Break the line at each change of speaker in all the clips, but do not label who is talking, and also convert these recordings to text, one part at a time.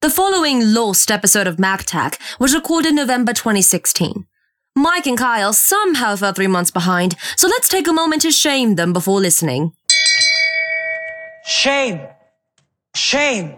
The following lost episode of MacTech was recorded November 2016. Mike and Kyle somehow fell three months behind, so let's take a moment to shame them before listening.
Shame. Shame.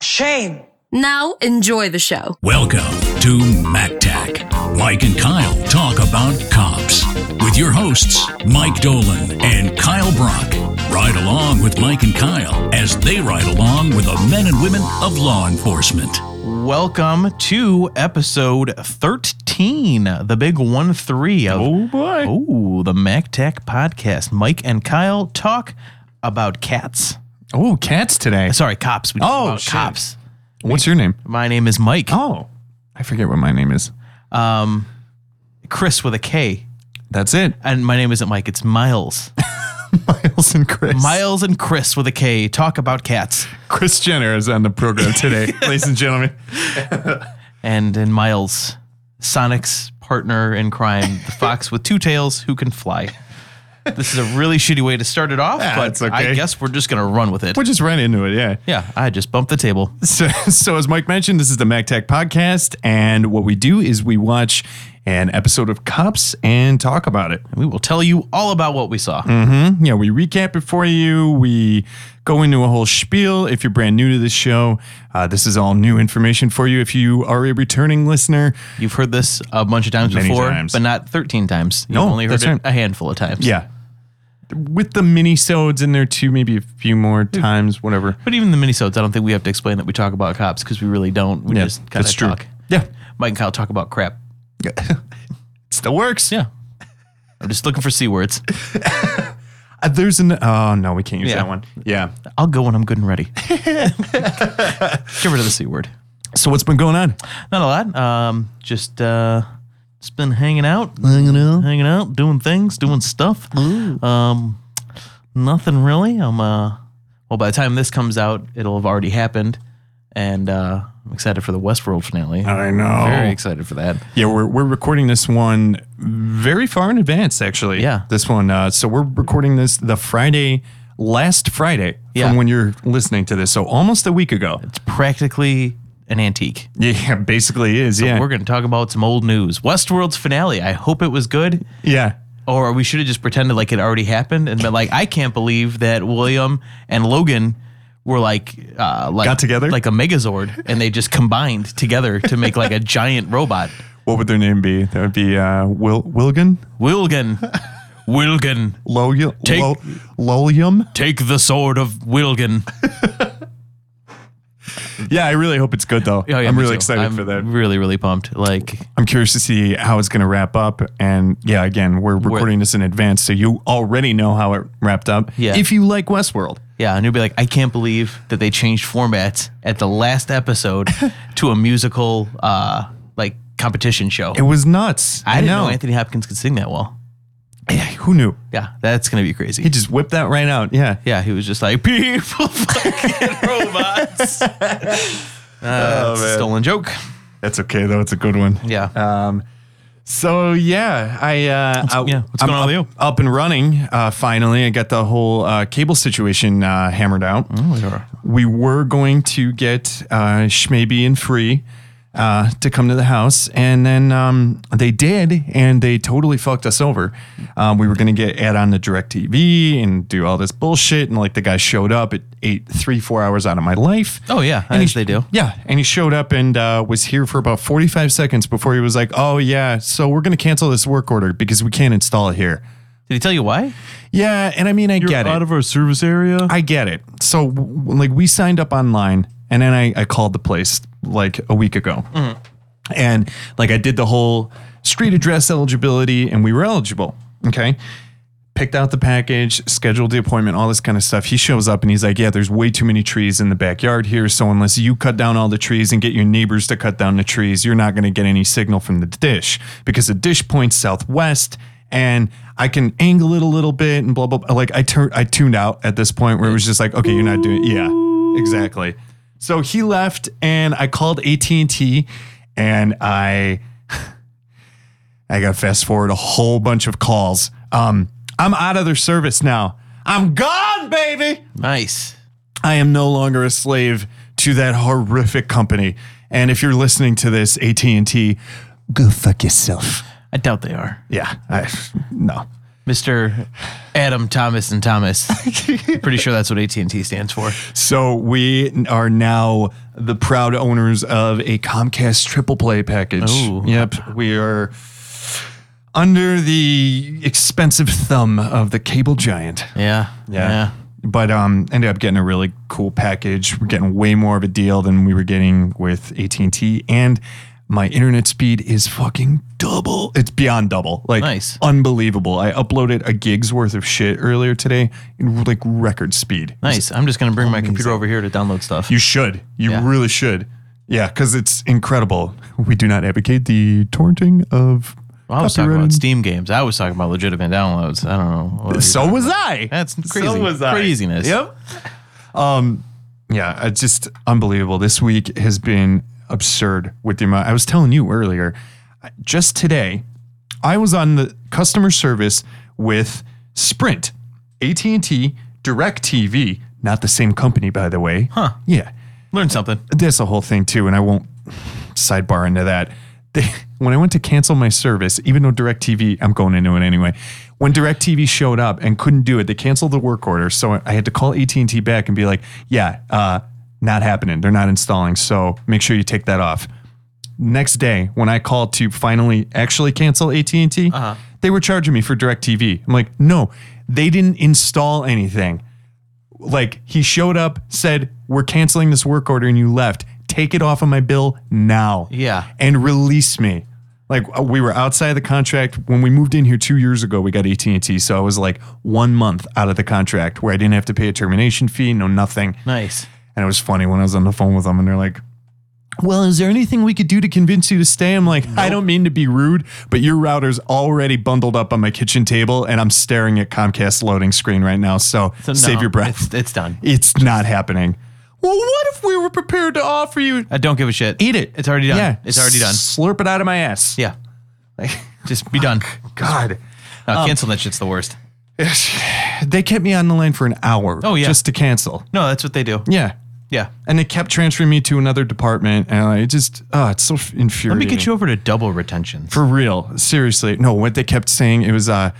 Shame.
Now, enjoy the show.
Welcome to MacTac. Mike and Kyle talk about cops with your hosts, Mike Dolan and Kyle Brock. Ride along with Mike and Kyle as they ride along with the men and women of law enforcement.
Welcome to episode 13, the big 1 3 of
Oh boy.
Oh, the MacTech podcast. Mike and Kyle talk about cats.
Oh, cats today.
Sorry, cops. We talk
Oh,
about
shit.
cops.
What's your name?
My name is Mike.
Oh, I forget what my name is.
Um, Chris with a K.
That's it.
And my name isn't Mike, it's Miles.
Miles and Chris.
Miles and Chris with a K talk about cats.
Chris Jenner is on the program today, ladies and gentlemen.
And and Miles, Sonic's partner in crime, the fox with two tails who can fly. This is a really shitty way to start it off,
Ah,
but
it's okay.
I guess we're just gonna run with it.
We're just right into it, yeah.
Yeah, I just bumped the table.
So, so as Mike mentioned, this is the MacTech podcast, and what we do is we watch an episode of Cops and talk about it.
We will tell you all about what we saw.
Mm. Yeah, we recap it for you. We go into a whole spiel. If you're brand new to this show, uh, this is all new information for you. If you are a returning listener,
You've heard this a bunch of times
Many
before,
times.
but not 13 times. You've
No,
only heard
that's
it
right.
a handful of times.
Yeah. With the mini sodes in there too, maybe a few more times, whatever.
But even the minisodes, I don't think we have to explain that we talk about cops because we really don't. We
Yeah,
just kind of
that's true.
talk.
Yeah.
Mike and Kyle talk about crap.
Still works.
Yeah. I'm just looking for C words.
Uh, there's an oh no, we can't use
Yeah.
that one. Yeah.
I'll go when I'm good and ready. Get rid of the C word.
So what's been going on?
Not a lot. Um, just uh, just been hanging out, hanging out, hanging out, doing things, doing stuff. Um, nothing really. I'm uh, well, by the time this comes out, it'll have already happened, and uh, I'm excited for the Westworld finale.
I know.
Very excited for that.
Yeah, we're we're recording this one very far in advance, actually.
Yeah.
This one. Uh, so we're recording this the Friday, last Friday
Yeah.
from when you're listening to this. So almost a week ago.
It's practically an antique.
Yeah, basically is. yeah.
We're going to talk about some old news. Westworld's finale. I hope it was good.
yeah.
or we should have just pretended like it already happened and been like, I can't believe that William and Logan were like, uh, like
Got together?
like a Megazord, and they just combined together to make like a giant robot.
What would their name be? That would be uh, Wil Wilgan.
Wilgan, Wilgan,
Lolium?
Take-
Lo- Lolium?
take the sword of Wilgan.
Yeah, I really hope it's good though.
Oh, yeah,
I'm
me
really
too.
excited
I'm
for that.
Really, really pumped. Like,
I'm curious to see how it's going to wrap up. And yeah, again, we're recording this in advance, so you already know how it wrapped up.
Yeah.
If you like Westworld,
yeah, and you'll be like, I can't believe that they changed formats at the last episode to a musical, uh, like competition show.
it was nuts.
I didn't know. Anthony Hopkins could sing that well.
Who knew?
Yeah, that's gonna be crazy.
He just whipped that right out. Yeah.
Yeah, he was just like people fucking robots. Uh, it's a
Oh, man.
stolen joke.
That's okay though. It's a good one.
Yeah.
Um, so yeah, I uh, I-
yeah, what's
I'm
going on with
up,
you?
Up and running. Uh, finally, I got the whole uh, cable situation uh, hammered out.
Oh,
we were going to get uh, Schmaby and Free uh, to come to the house, and then um, they did, and they totally fucked us over. Um, we were going to get add on the Direct TV and do all this bullshit, and like the guy showed up, it ate three four hours out of my life.
Oh yeah,
And
as
he-
they do.
Yeah, and he showed up and uh, was here for about 45 seconds before he was like, "Oh yeah, so we're going to cancel this work order because we can't install it here."
Did he tell you why?
Yeah, and I mean, I get it.
our service area.
I get it. So, w- w- like, we signed up online, and then I, I called the place like a week ago,
Mm-hmm.
and like I did the whole street address eligibility, and we were eligible. Okay, picked out the package, scheduled the appointment, all this kind of stuff. He shows up and he's like, "Yeah, there's way too many trees in the backyard here. So unless you cut down all the trees and get your neighbors to cut down the trees, you're not going to get any signal from the dish because the dish points southwest." And I can angle it a little bit and blah blah. blah. Like I turned, I tuned out at this point where it was just like, okay, you're not doing, yeah, exactly. So he left, and I called AT and T, and I I got to fast forward a whole bunch of calls. Um, I'm out of their service now. I'm gone, baby.
Nice.
I am no longer a slave to that horrific company. And if you're listening to this, AT and T, go fuck yourself.
I doubt they are.
Yeah, I no.
Mr. Adam Thomas and Thomas. Pretty sure that's what AT&T stands for.
So we are now the proud owners of a Comcast triple play package.
Ooh.
Yep, we are under the expensive thumb of the cable giant.
Yeah.
But um, ended up getting a really cool package. We're getting way more of a deal than we were getting with AT and T, and my internet speed is fucking double. It's beyond double. Like
Nice.
unbelievable. I uploaded a gig's worth of shit earlier today, in like record speed.
Nice. I'm just going to bring my computer over here to download stuff.
You should. You
Yeah.
really should. Yeah, because it's incredible. We do not advocate the torrenting of.
Well, I was talking about
copyrighted-
Steam games. I was talking about legitimate downloads. I don't know. what you're
So
talking
was
about.
I.
That's crazy.
So was I.
Craziness.
Yep. Um, yeah, it's just unbelievable. This week has been absurd with the amount. I was telling you earlier, just today, I was on the customer service with Sprint, AT and T, Directv. Not the same company, by the way. Huh? Yeah.
Learn something.
that's a whole thing too, and I won't sidebar into that. They, when I went to cancel my service, even though DirecTV, I'm going into it anyway. When DirecTV showed up and couldn't do it, they canceled the work order, so I had to call AT&T back and be like, "Yeah, uh, not happening. They're not installing. So make sure you take that off." Next day, when I called to finally actually cancel AT&T, they were charging me for DirecTV. I'm like, "No, they didn't install anything." like he showed up, said, "We're canceling this work order," and you left. Take it off of my bill now.
Yeah.
and release me. Like uh, we were outside of the contract when we moved in here two years ago. We got AT and T, so I was like one month out of the contract where I didn't have to pay a termination fee, no nothing.
Nice.
And it was funny when I was on the phone with them, and they're like. Well, is there anything we could do to convince you to stay? I'm like, I don't mean to be rude, but your router's already bundled up on my kitchen table, and I'm staring at Comcast loading screen right now. So,
So,
save
no,
your breath.
It's, it's done.
It's not happening. Well, what if we were prepared to offer you?
I don't give a shit.
Eat it.
It's already done.
Yeah.
It's already done.
Slurp it out of my ass.
Yeah. just be done.
God.
No, cancel that shit's the worst.
They kept me on the line for an hour.
Oh, yeah.
Just to cancel.
No, that's what they do.
Yeah.
Yeah.
And they kept transferring me to another department. And I just, oh, it's so f-
Let
infuriating.
me get you over to double retention.
For real. Seriously. No, what they kept saying, it was, uh,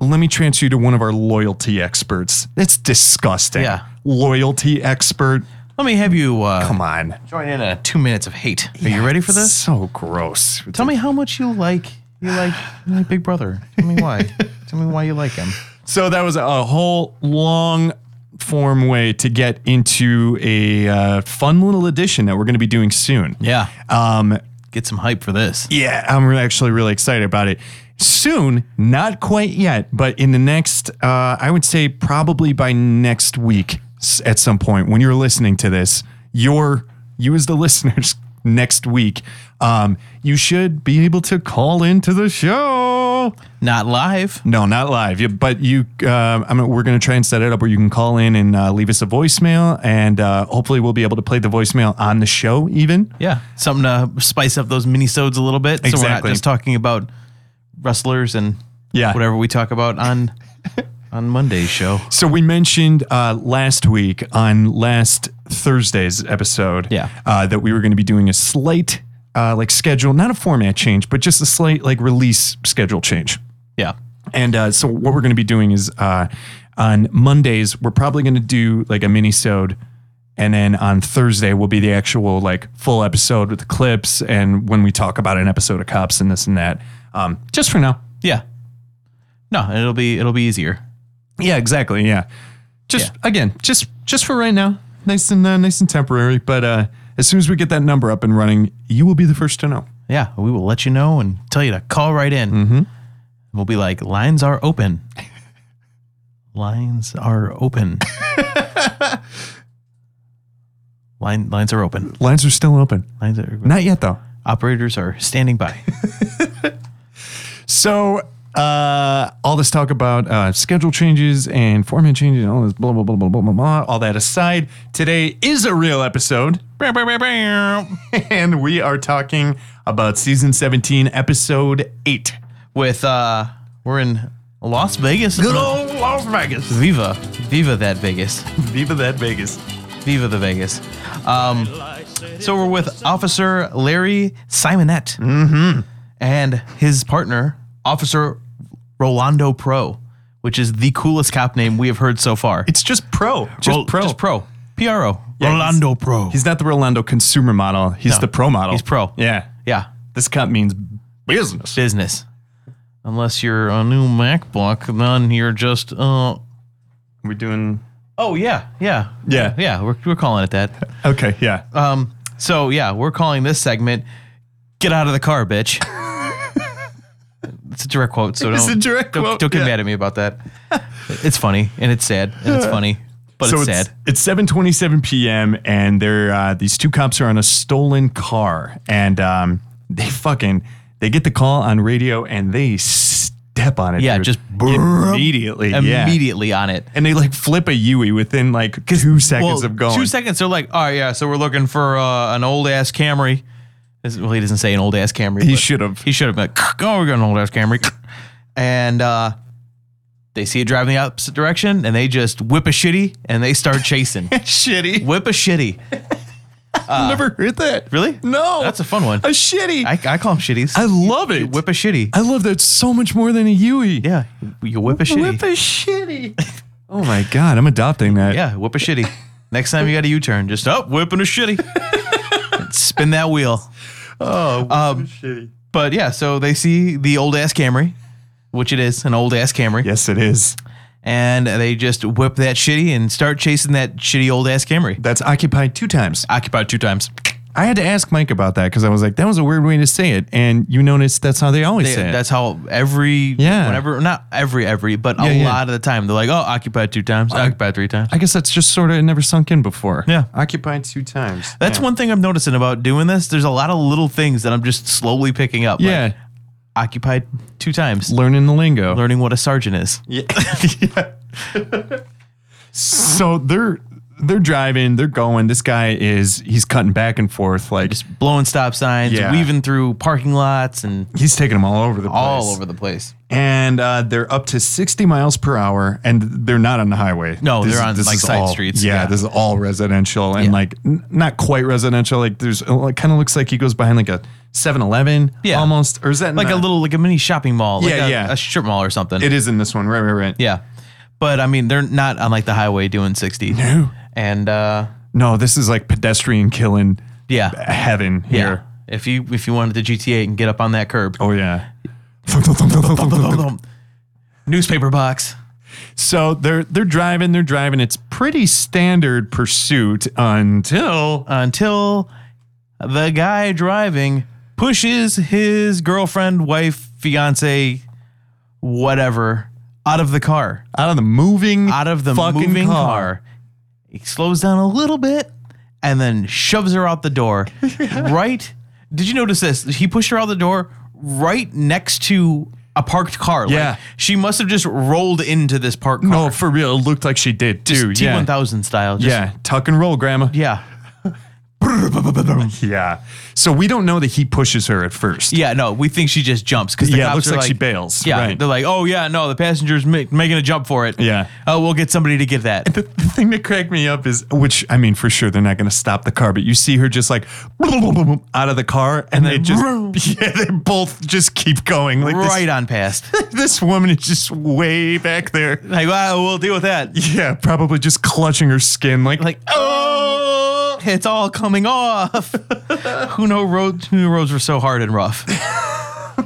let me transfer you to one of our loyalty experts. That's disgusting.
Yeah.
Loyalty expert.
Let me have you uh,
Come on.
join in a two minutes of hate. Are you ready for this?
So gross.
Tell me how much you like you like, you like Big Brother. Tell me why. Tell me why you like him.
So that was a whole long form way to get into a uh, fun little edition that we're going to be doing soon.
Yeah.
Um,
Get some hype for this.
yeah, I'm re- actually really excited about it. Soon, not quite yet, but in the next, uh, I would say probably by next week s- at some point when you're listening to this, your you as the listeners next week, um, you should be able to call into the show.
Not live.
No, not live. You, but you, um, I mean, we're going to try and set it up where you can call in and uh, leave us a voicemail, and uh, hopefully we'll be able to play the voicemail on the show. Even
Yeah. Something to spice up those mini-sodes a little bit. So we're not
Exactly.
just talking about wrestlers and
Yeah.
whatever we talk about on on Monday's show.
so we mentioned uh, last week on last Thursday's episode,
Yeah.
uh, that we were going to be doing a slight uh, like schedule, not a format change, but just a slight like release schedule change.
Yeah.
And uh, so what we're going to be doing is uh, on Mondays we're probably going to do like a mini sode and then on Thursday will be the actual like full episode with the clips and when we talk about an episode of Cops and this and that. Um, just for now.
Yeah. No, it'll be it'll be easier.
Yeah, exactly. Yeah. Just again, just just for right now. Nice and uh, nice and temporary, but uh, as soon as we get that number up and running, you will be the first to know.
Yeah, we will let you know and tell you to call right in. Mm-hmm. We'll be like, lines are open. lines are open. Line, lines are open.
Lines are still open.
Lines are open.
Not yet though.
Operators are standing by.
So uh, all this talk about uh, schedule changes and format changes and all this blah blah blah blah blah blah blah. All that aside, today is a real episode, and we are talking about season seventeen, episode eight.
With uh, we're in Las Vegas.
old Las Vegas,
Viva, viva that Vegas,
Viva that Vegas.
viva the Vegas. Um, So we're with Officer Larry Simonette
Mm-hmm.
and his partner, Officer Rolando Pro, which is the coolest cop name we have heard so far.
It's just pro. Just
Rol-
pro.
Just pro. PRO.
Yeah, he's-
Rolando Pro.
He's not the Rolando consumer model. He's
No.
the pro model.
He's pro.
Yeah.
yeah.
This cut means business.
Business. Unless you're a new MacBook, then you're just, uh,
We're doing.
oh, yeah, yeah.
Yeah.
Yeah, we're, we're calling it that.
Okay. Yeah.
Um, so yeah, we're calling this segment "Get Out of the Car, Bitch." it's a direct quote, so
It's
don't,
a direct
don't,
quote,
don't get
yeah.
mad at me about that. It's funny and it's sad and it's funny, but it's, sad.
It's 7:27 p.m. and they're uh, these two cops are on a stolen car and um, they fucking they get the call on radio and they step on it.
Yeah,
dude.
just
immediately. Yeah.
Immediately on it.
And they like flip a Yui within like two seconds
Well,
of going.
two seconds. They're like, "All right, yeah." So we're looking for uh, an old ass Camry. This- Well, he doesn't say an old ass Camry.
He
but
should have.
He should have been like, "Oh, we got an old ass Camry," and uh, they see it driving the opposite direction, and they just whip a shitty, and they start chasing.
Shitty.
Whip a shitty.
I've never heard that.
Really?
No.
That's a fun one.
A shitty.
I, I call them shitties.
I love it.
whip a shitty.
I love that so much more than a Yui.
yeah, you whip a shitty.
Whip a shitty. oh my god, I'm adopting that.
yeah, whip a shitty. Next time you got a U-turn, just up, whipping a shitty. And Spin that wheel.
Oh,
Um,
shitty.
But yeah, so they see the old ass Camry, which it is an old ass Camry,
Yes, it is.
and they just whip that shitty and start chasing that shitty old ass Camry.
That's occupied two times.
Occupied two times.
I had to ask Mike about that because I was like, that was a weird way to say it. And you notice that's how they always
They-
say it.
that's how every
Yeah.
whenever not every every but a
Yeah, yeah.
lot of the time they're like oh occupied two times occupied three times
I guess that's just sort of never sunk in before.
Yeah.
Occupied two times.
That's
yeah.
one thing I'm noticing about doing this. There's a lot of little things that I'm just slowly picking up.
Yeah.
Like, occupied two times.
Learning the lingo.
learning what a sergeant is.
Yeah. so they're they're driving, they're going. This guy is he's cutting back and forth like
Just blowing stop signs,
Yeah.
weaving through parking lots and
he's taking them all over the place.
all over the place.
and uh, they're up to 60 miles per hour and they're not on the highway
No, they're on, like,
is
side
all-
streets.
yeah,
Yeah.
this is all residential and
Yeah.
like n- not quite residential like there's it kind of looks like he goes behind like a 7-eleven
Yeah.
almost or is that
Like a
not-
little like a mini shopping mall. Like
Yeah,
a,
yeah.
a strip mall or something.
it is in this one right right right
yeah. But I mean they're not on like the highway doing sixty.
No.
And uh
no this is like pedestrian killing
yeah.
heaven
Yeah.
here
If you if you wanted to GTA and get up on that curb.
oh yeah Oh.
Newspaper box.
so they're they're driving they're driving it's pretty standard pursuit until
until the guy driving pushes his girlfriend, wife, fiance, whatever, out of the car,
out of the moving
out of the
fucking
moving car. He slows down a little bit and then shoves her out the door. right? Did you notice this? He pushed her out the door right next to a parked car.
Yeah.
Like she must have just rolled into this parked car.
No, for real, it looked like she did too.
T
yeah,
one thousand style. Just,
yeah, tuck and roll, grandma.
Yeah.
Yeah. So we don't know that he pushes her at first.
Yeah, no, we think she just jumps because
Yeah, it
cops
looks
are
like she bails,
Yeah,
right.
they're like, oh yeah, no, the passenger's ma- making a jump for it.
Yeah.
oh, we'll get somebody to get that.
The thing that cracked me up is, which I mean, for sure they're not going to stop the car, but you see her just like out of the car, and, they
vroom.
just yeah, they both just keep going like
right on past.
this. This woman is just way back there.
like, wow, we'll deal with that.
Yeah, probably just clutching her skin like
Like, oh, it's all coming off. who know roads? Who knew roads were so hard and rough?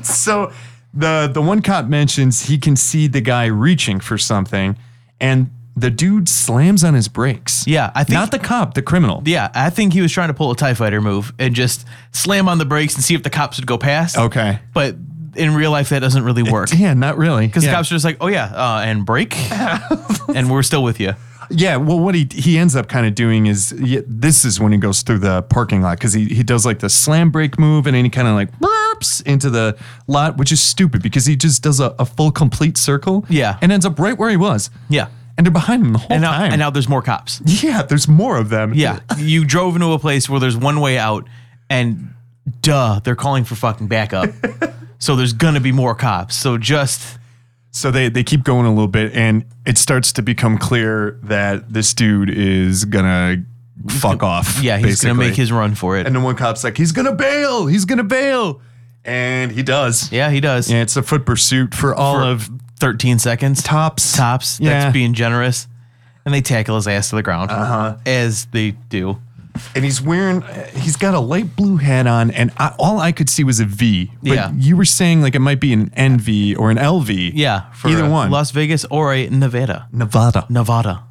so the the one cop mentions he can see the guy reaching for something, and the dude slams on his brakes.
Yeah, I think-
not the cop, the criminal.
yeah, I E think he was trying to pull a Tie Fighter move and just slam on the brakes and see if the cops would go past.
Okay.
but in real life, that doesn't really work.
Yeah, not really.
Because
yeah.
cops are just like, oh yeah, uh, and break, and we're still with you.
Yeah, well, what he he ends up kind of doing is yeah, this is when he goes through the parking lot because he, he does like the slam brake move and then he kind of like burps into the lot, which is stupid because he just does a, a full complete circle.
Yeah.
and ends up right where he was.
Yeah.
and they're behind him the whole
and now,
time.
and now there's more cops.
yeah, there's more of them.
Yeah, you drove into a place where there's one way out, and duh, they're calling for fucking backup. so there's gonna be more cops. So just
So they, they keep going a little bit, and it starts to become clear that this dude is gonna fuck off.
Yeah, he's gonna
basically.
make his run for it.
And then one cop's like, he's gonna bail. He's gonna bail, and he does.
yeah, he does.
Yeah, it's a foot pursuit for all
For
of
13 seconds.
tops.
Tops.
Yeah.
That's being generous. And they tackle his ass to the ground. Uh-huh. As they do.
and he's wearing he's got a light blue hat on and I, all i could see was a v but
Yeah.
you were saying like it might be an nv or an lv
Yeah. For
Either
uh,
one.
Las Vegas or a Nevada.
nevada
Nevada.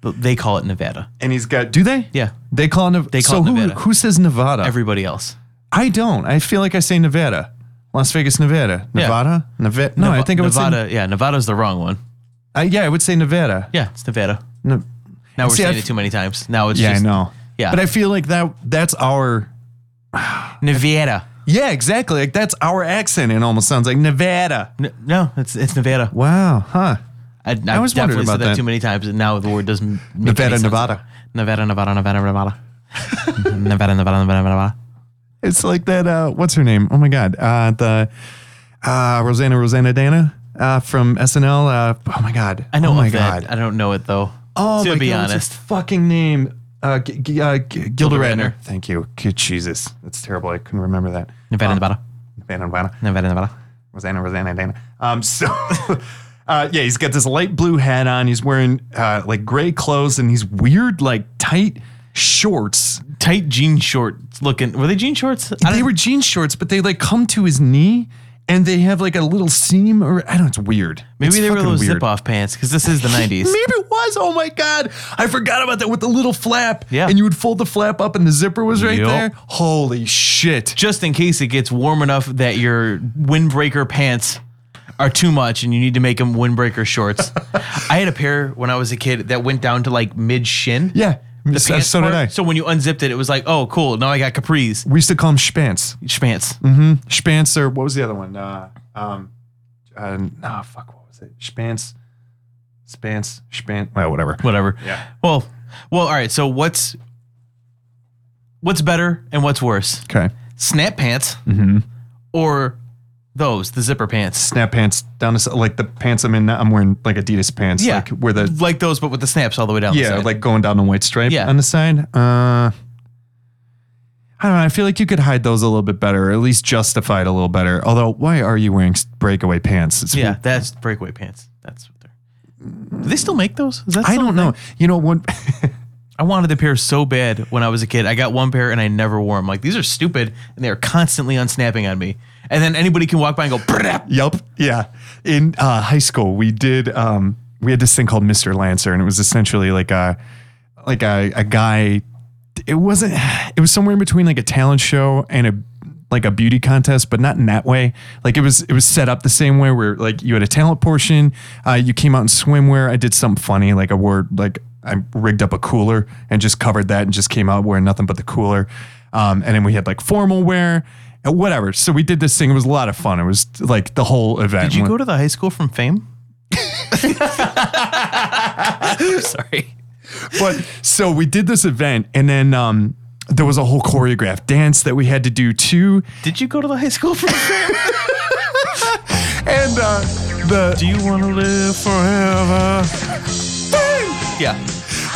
But they call it Nevada.
and he's got do they
Yeah.
they call it Nev-
They call
so
it
who,
Nevada.
who says nevada
Everybody else.
i don't i feel like i say nevada las vegas nevada
Yeah.
nevada nevada no i
Neva-
think i would
Nevada.
say
yeah, Nevada's the wrong one.
I, yeah i would say nevada
Yeah, it's Nevada.
Ne-
Now we're
See,
saying
I've-
it too many times. Now it's
yeah
just
i know
yeah.
but i feel like that that's our
Nevada.
yeah exactly like that's our accent it almost sounds like nevada
N- No, it's it's Nevada.
wow huh
I, I've
always wondered
definitely
about
said that,
that.
too many times, and now the word doesn't. Make any
Nevada,
sense.
Nevada.
Nevada, Nevada, Nevada, Nevada, Nevada, Nevada, Nevada, Nevada.
It's like that. Uh, what's her name? Oh my God. Uh, the uh, Rosanna Rosanna Dana uh, from SNL. Uh, oh my God.
I know
Oh
of
my
that.
God.
I don't know it though.
Oh
to
my
be
God, what's her
honest,
fucking name. Uh, G- G- uh, G- Gilda
Gilda
Radner.
Radner.
Thank you. Good Jesus, that's terrible. I couldn't remember that. Um,
Nevada, Nevada,
Vanna, Vanna,
Nevada, Nevada.
Rosanna, Rosanna, Dana. Um, so, uh, yeah, he's got this light blue hat on. He's wearing uh, like gray clothes and these weird like tight shorts.
Tight jean shorts looking. Were they jean shorts? I
they
don't-
were jean shorts, but they like come to his knee and they have like a little seam or I don't know, it's weird.
Maybe
It's
they were
fucking
those
weird.
zip-off pants because this is the '90s.
Maybe it was. Oh my god. I forgot about that with the little flap.
Yeah.
And you would fold the flap up and the zipper was right
Yup.
there. Holy shit.
just in case it gets warm enough that your windbreaker pants are too much and you need to make them windbreaker shorts. I had a pair when I was a kid that went down to like mid shin.
Yeah.
The
So,
pants
so did
part.
I.
So when you unzipped it, it was like, oh, cool. Now I got capris,
we used to call them spants.
schmants.
Mm-hmm. Spants or what was the other one? Uh, um uh, no, fuck, what was it? Spants. Spants. Spant. Well, whatever.
Whatever.
Yeah.
Well, well, all right. So what's what's better and what's worse?
Okay.
Snap pants
Mm-hmm.
or those the zipper pants?
Snap pants down to s- like the pants I'm in now. I'm wearing like Adidas pants.
Yeah.
Like where the
Like those, but with the snaps all the way down. the
yeah,
side.
like going down the white stripe
Yeah.
on the side. Uh, I don't know. I feel like you could hide those a little bit better, or at least justify it a little better. Although, why are you wearing s- breakaway pants? It's
Yeah,
weird.
that's breakaway pants. That's what they're. Do they still make those? Is that
I
still-
don't know. You know what?
I wanted the pair so bad when I was a kid. I got one pair and I never wore them. Like these are stupid and they are constantly unsnapping on me. And then anybody can walk by and go. "Brap."
Yep. Yeah. In uh, high school, we did. Um, we had this thing called Mr. Lancer, and it was essentially like a, like a, a guy. It wasn't. It was somewhere in between like a talent show and a like a beauty contest, but not in that way. Like it was. It was set up the same way where like you had a talent portion. Uh, you came out in swimwear. I did something funny. Like I wore like I rigged up a cooler and just covered that and just came out wearing nothing but the cooler. Um, and then we had like formal wear and whatever. So we did this thing. It was a lot of fun. It was like the whole event.
Did you go to the high school from Fame? Sorry.
but so we did this event, and then um, there was a whole choreographed dance that we had to do too.
Did you go to the high school from Fame?
And uh, the
Do you want to live forever? Yeah.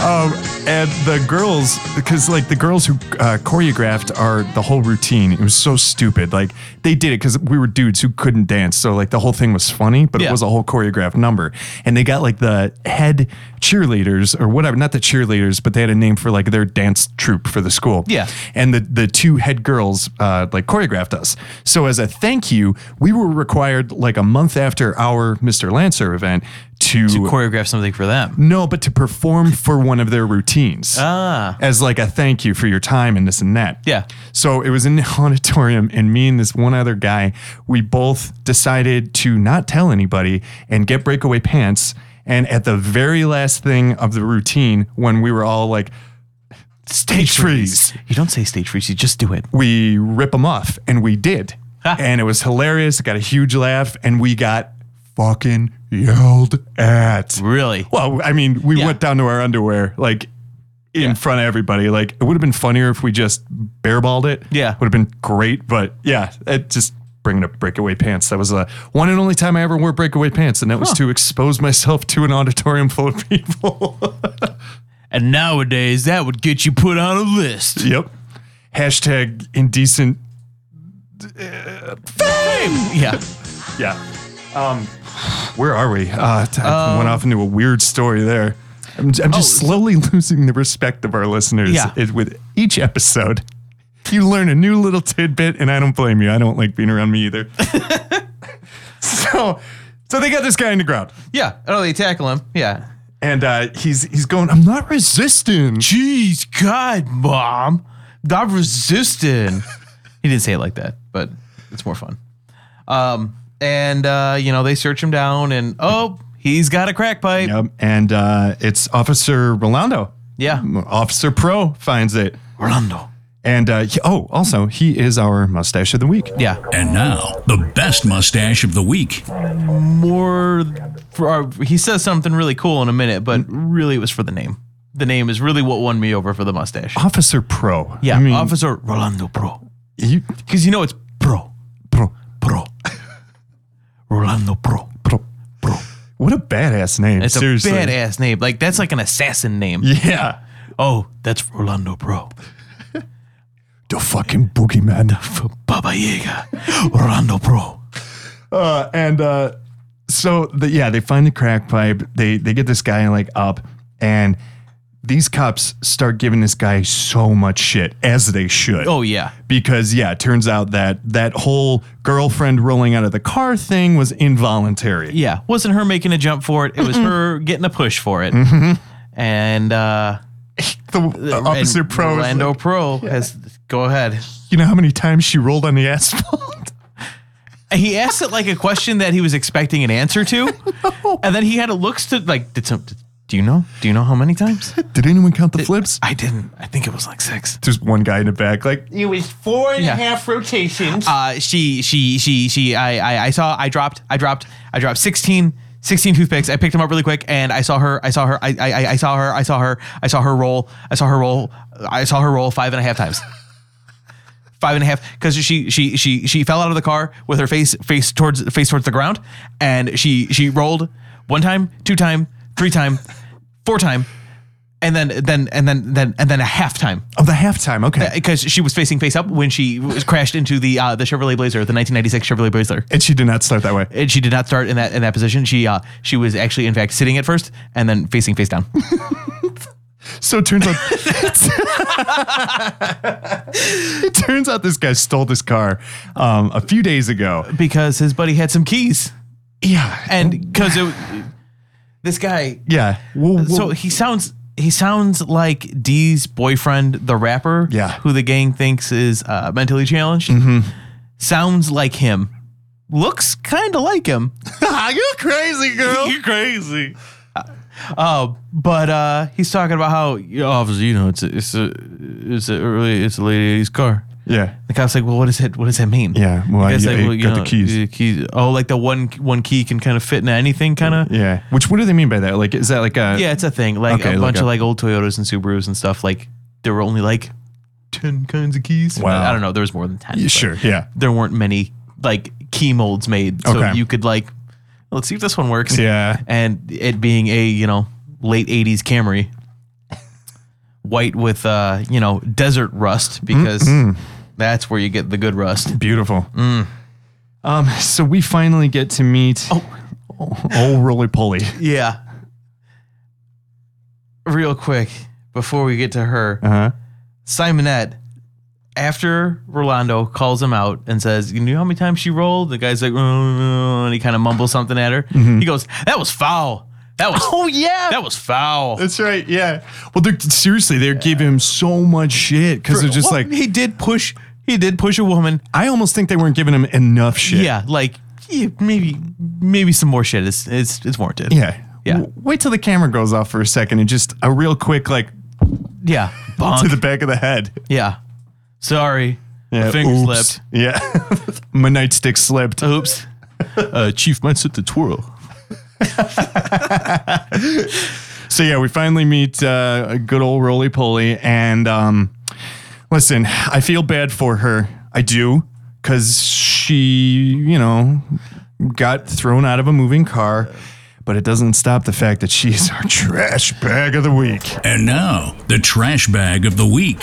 um, and the girls, because like the girls who uh, choreographed are the whole routine. It was so stupid. Like they did it because we were dudes who couldn't dance. So like the whole thing was funny, but it
Yeah.
was a whole choreographed number. And they got like the head cheerleaders or whatever, not the cheerleaders, but they had a name for like their dance troupe for the school.
Yeah.
And the the two head girls uh, like choreographed us. So as a thank you, we were required like a month after our Mr. Lancer event to,
Choreograph something for them.
no, but to perform for one of their routines.
Ah.
As like a thank you for your time and this and that.
Yeah.
So it was in the auditorium, and me and this one other guy, we both decided to not tell anybody and get breakaway pants. And at the very last thing of the routine, when we were all like, stage freeze
You don't say stage freeze. You just do it.
we rip them off, and we did, and it was hilarious. Got a huge laugh, and we got fucking yelled at.
Really?
Well, I mean, we
Yeah.
went down to our underwear, like in front of everybody. Like it would have been funnier if we just bareballed it.
Yeah.
would have been great. But yeah, it just bringing up breakaway pants. That was the one and only time I ever wore breakaway pants, and that was to expose myself to an auditorium full of people.
And nowadays, that would get you put on a list.
Yep. Hashtag indecent. uh,
Yeah.
Yeah. Um, where are we? Uh, t- I went off into a weird story there. I'm, j- I'm just
Oh.
slowly losing the respect of our listeners
Yeah.
i- with each episode. You learn a new little tidbit, and I don't blame you. I don't like being around me either. so, so they got this guy in the ground,
Yeah. Oh, they tackle him. Yeah.
and uh, he's he's going. I'm not resisting.
Jeez, God, mom. Not resisting. he didn't say it like that, but it's more fun. Um, and, uh, you know, they search him down, and oh, he's got a crack pipe.
Yep. And uh, it's Officer Rolando.
Yeah.
Officer Pro finds it.
Orlando.
And uh, he- oh, also, he is our mustache of the week.
Yeah.
And now, the best mustache of the week.
more for our, he says something really cool in a minute but really it was for the name the name is really what won me over for the mustache
Officer Pro.
yeah
Uh-huh. I mean,
officer rolando pro
you-
because you know it's pro
Pro.
pro rolando pro
Pro. Pro. What a badass name.
it's
Seriously.
a badass name like that's like an assassin name
Yeah.
oh that's rolando pro
The fucking boogeyman.
for baba yaga rolando pro
Uh, and uh, so, the, yeah, they find the crack pipe. They they get this guy like up, and these cops start giving this guy so much shit as they should.
oh yeah
because yeah, it turns out that that whole girlfriend rolling out of the car thing was involuntary.
yeah wasn't her making a jump for it it was her getting a push for it and uh
Mm-hmm. The uh, officer
and
pro, is
Rolando
like,
Pro has go ahead.
you know how many times she rolled on the asphalt?
He asked it like a question that he was expecting an answer to, and then he had a looks to like. Did some, do you know? Do you know how many times?
Did anyone count the flips?
I didn't. I think it was like six.
There's one guy in the back, like
It was four and a
Yeah.
half rotations.
Uh, she, she, she, she. I, I, I saw. I dropped. I dropped. I dropped 16, 16 toothpicks. I picked them up really quick, and I saw her. I saw her. I, I, I- I saw her. I saw her. I saw her roll. I saw her roll. I saw her roll five and a half times. five and a half because she she she she fell out of the car with her face face towards face towards the ground and she she rolled one time two time three time four time and then then and then then and then a half time
oh, the halftime. Okay.
because she was facing face up when she was crashed into the uh, the Chevrolet Blazer the 1996 Chevrolet Blazer
and she did not start that way.
and she did not start in that in that position she uh she was actually in fact sitting at first and then facing face down
So it turns out It turns out this guy stole this car um, a few days ago.
because his buddy had some keys
Yeah.
and because it this guy
yeah. Well, well,
so he sounds he sounds like Dee's boyfriend, the rapper,
Yeah. Mm-hmm.
who the gang thinks is uh, mentally challenged. Sounds like him. Looks kind of like him.
you're crazy, girl.
You're crazy. Uh, but uh, he's talking about how you know, obviously you know it's a, it's a it's a really it's a lady's car.
Yeah.
The cop's like, well, what does it what does that mean?
Yeah, well,
The guy's
I- I
you
got the keys.
Oh, like the one one key can kind of fit into anything, kind of.
Yeah. Which what do they mean by that? Like is that like a
Yeah, it's a thing. Like
Okay,
a
look
bunch
up.
of like old Toyotas and Subarus and stuff. Like there were only like ten kinds of keys.
Wow.
I don't know. There was more than ten.
Yeah,
but
sure. Yeah.
There weren't many like key molds made, so
Okay.
you could like let's see if this one works.
Yeah.
And it being a you know late '80s Camry, white with uh you know desert rust because
Mm-hmm.
that's where you get the good rust.
Beautiful. Um, so we finally get to meet Mm. oh, old Roly Poly.
Yeah. Real quick before we get to her,
Uh-huh.
Simonette, after Rolando calls him out and says, You know how many times she rolled? The guy's like, "Mm," and he kind of mumbles something at her.
Mm-hmm.
He goes, That was foul. That was Oh yeah. That was foul.
That's right. Yeah. Well, they're seriously, they're giving him so much shit because they're just
Well,
like,
he did push he did push a woman.
I almost think they weren't giving him enough shit.
Yeah, like yeah, maybe maybe some more shit is it's it's warranted.
Yeah.
Yeah.
W- wait till the camera goes off for a second and just a real quick, like,
Yeah. Bonk.
to the back of the head.
yeah. Sorry. My finger
oops.
slipped.
Yeah. My nightstick slipped.
Oops.
Uh, Chief might sit the twirl. so, yeah, we finally meet uh, a good old Roly Poly. And um, listen, I feel bad for her. I do. Because she, you know, got thrown out of a moving car. but it doesn't stop the fact that she's our trash bag of the week.
And now, the trash bag of the week.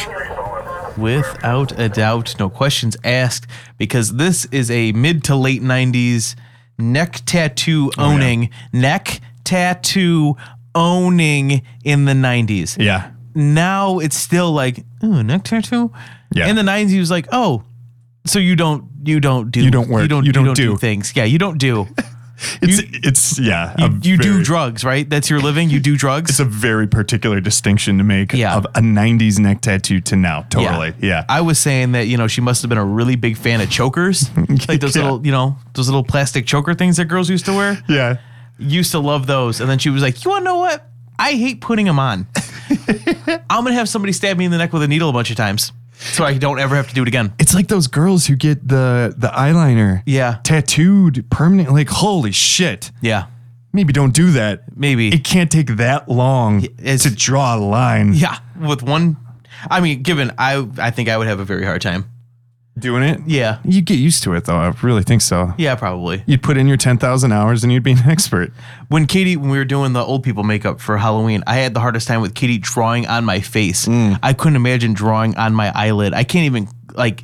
Without a doubt, no questions asked, because this is a mid to late 90s neck tattoo
Oh,
owning, neck tattoo owning in the 90s.
Yeah.
Now it's still like, ooh, neck tattoo?
Yeah.
In the 90s, he was like, oh, so you don't, you don't do,
You don't work.
you don't,
You don't
do
do.
things. Yeah, you don't do.
It's it's yeah. a
You, you do
very-
drugs, right? That's your living. You do drugs.
It's a very particular distinction to make
Yeah.
of a 90s neck tattoo to now. Totally. Yeah.
I was saying that, you know, she must have been a really big fan of chokers. like those
Yeah.
little, you know, those little plastic choker things that girls used to wear.
yeah.
Used to love those. And then she was like, you want to know what? I hate putting them on. I'm going to have somebody stab me in the neck with a needle a bunch of times so I don't ever have to do it again.
It's like those girls who get the the eyeliner
Yeah.
tattooed permanently. Like, holy shit.
Yeah.
Maybe don't do that.
Maybe.
It can't take that long
It's-
to draw a line.
Yeah. With one. I mean, given I, I think I would have a very hard time.
Doing it?
Yeah.
You get used to it though. I really think so.
Yeah, probably.
You'd put in your 10,000 hours and you'd be an expert.
when Katie, when we were doing the old people makeup for Halloween, I had the hardest time with Katie drawing on my face.
Mm.
I couldn't imagine drawing on my eyelid. I can't even like,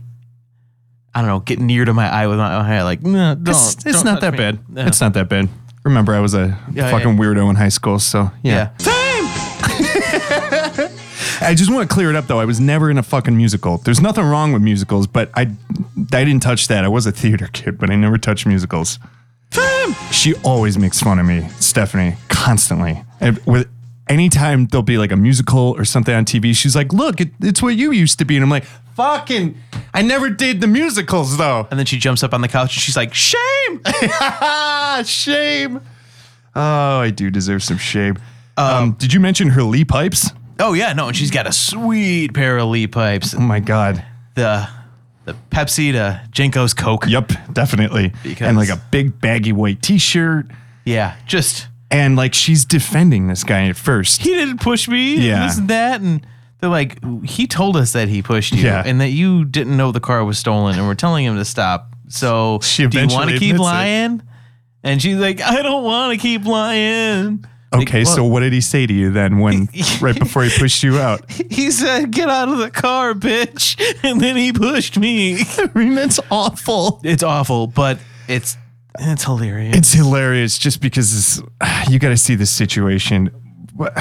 I don't know, get near to my eye with my eye. Like, no, don't,
It's, it's
don't
not
touch
that
me.
bad.
Yeah.
It's not that bad. Remember, I was a
Yeah,
fucking
yeah.
weirdo in high school, so yeah.
yeah.
I just want to clear it up though. I was never in a fucking musical. There's nothing wrong with musicals, but I I didn't touch that. I was a theater kid, but I never touched musicals. She always makes fun of me, Stephanie, constantly. And with anytime there'll be like a musical or something on TV, she's like, "Look, it, it's what you used to be," and I'm like, "Fucking, I never did the musicals though."
And then she jumps up on the couch and she's like, shame.
shame. Oh, I do deserve some shame. um, did you mention her Lee pipes?
oh yeah, no, and she's got a sweet pair of Lee pipes.
Oh my god.
The the Pepsi to Jenko's Coke.
Yep, definitely.
Because-
and like a big baggy white t-shirt.
Yeah, just
And like she's defending this guy at first.
he didn't push me. and
Yeah.
this and that, and they're like, he told us that he pushed you,
Yeah.
and that you didn't know the car was stolen, and we're telling him to stop. So
She
do you want
eventually
to keep
admits it.
lying? And she's like, I don't want to keep lying.
Okay, so what did he say to you then when right before he pushed you out?
He said, "Get out of the car, bitch!" And then he pushed me.
I mean, that's awful.
it's awful, but it's it's hilarious.
It's hilarious just because this, you got to see this situation. What-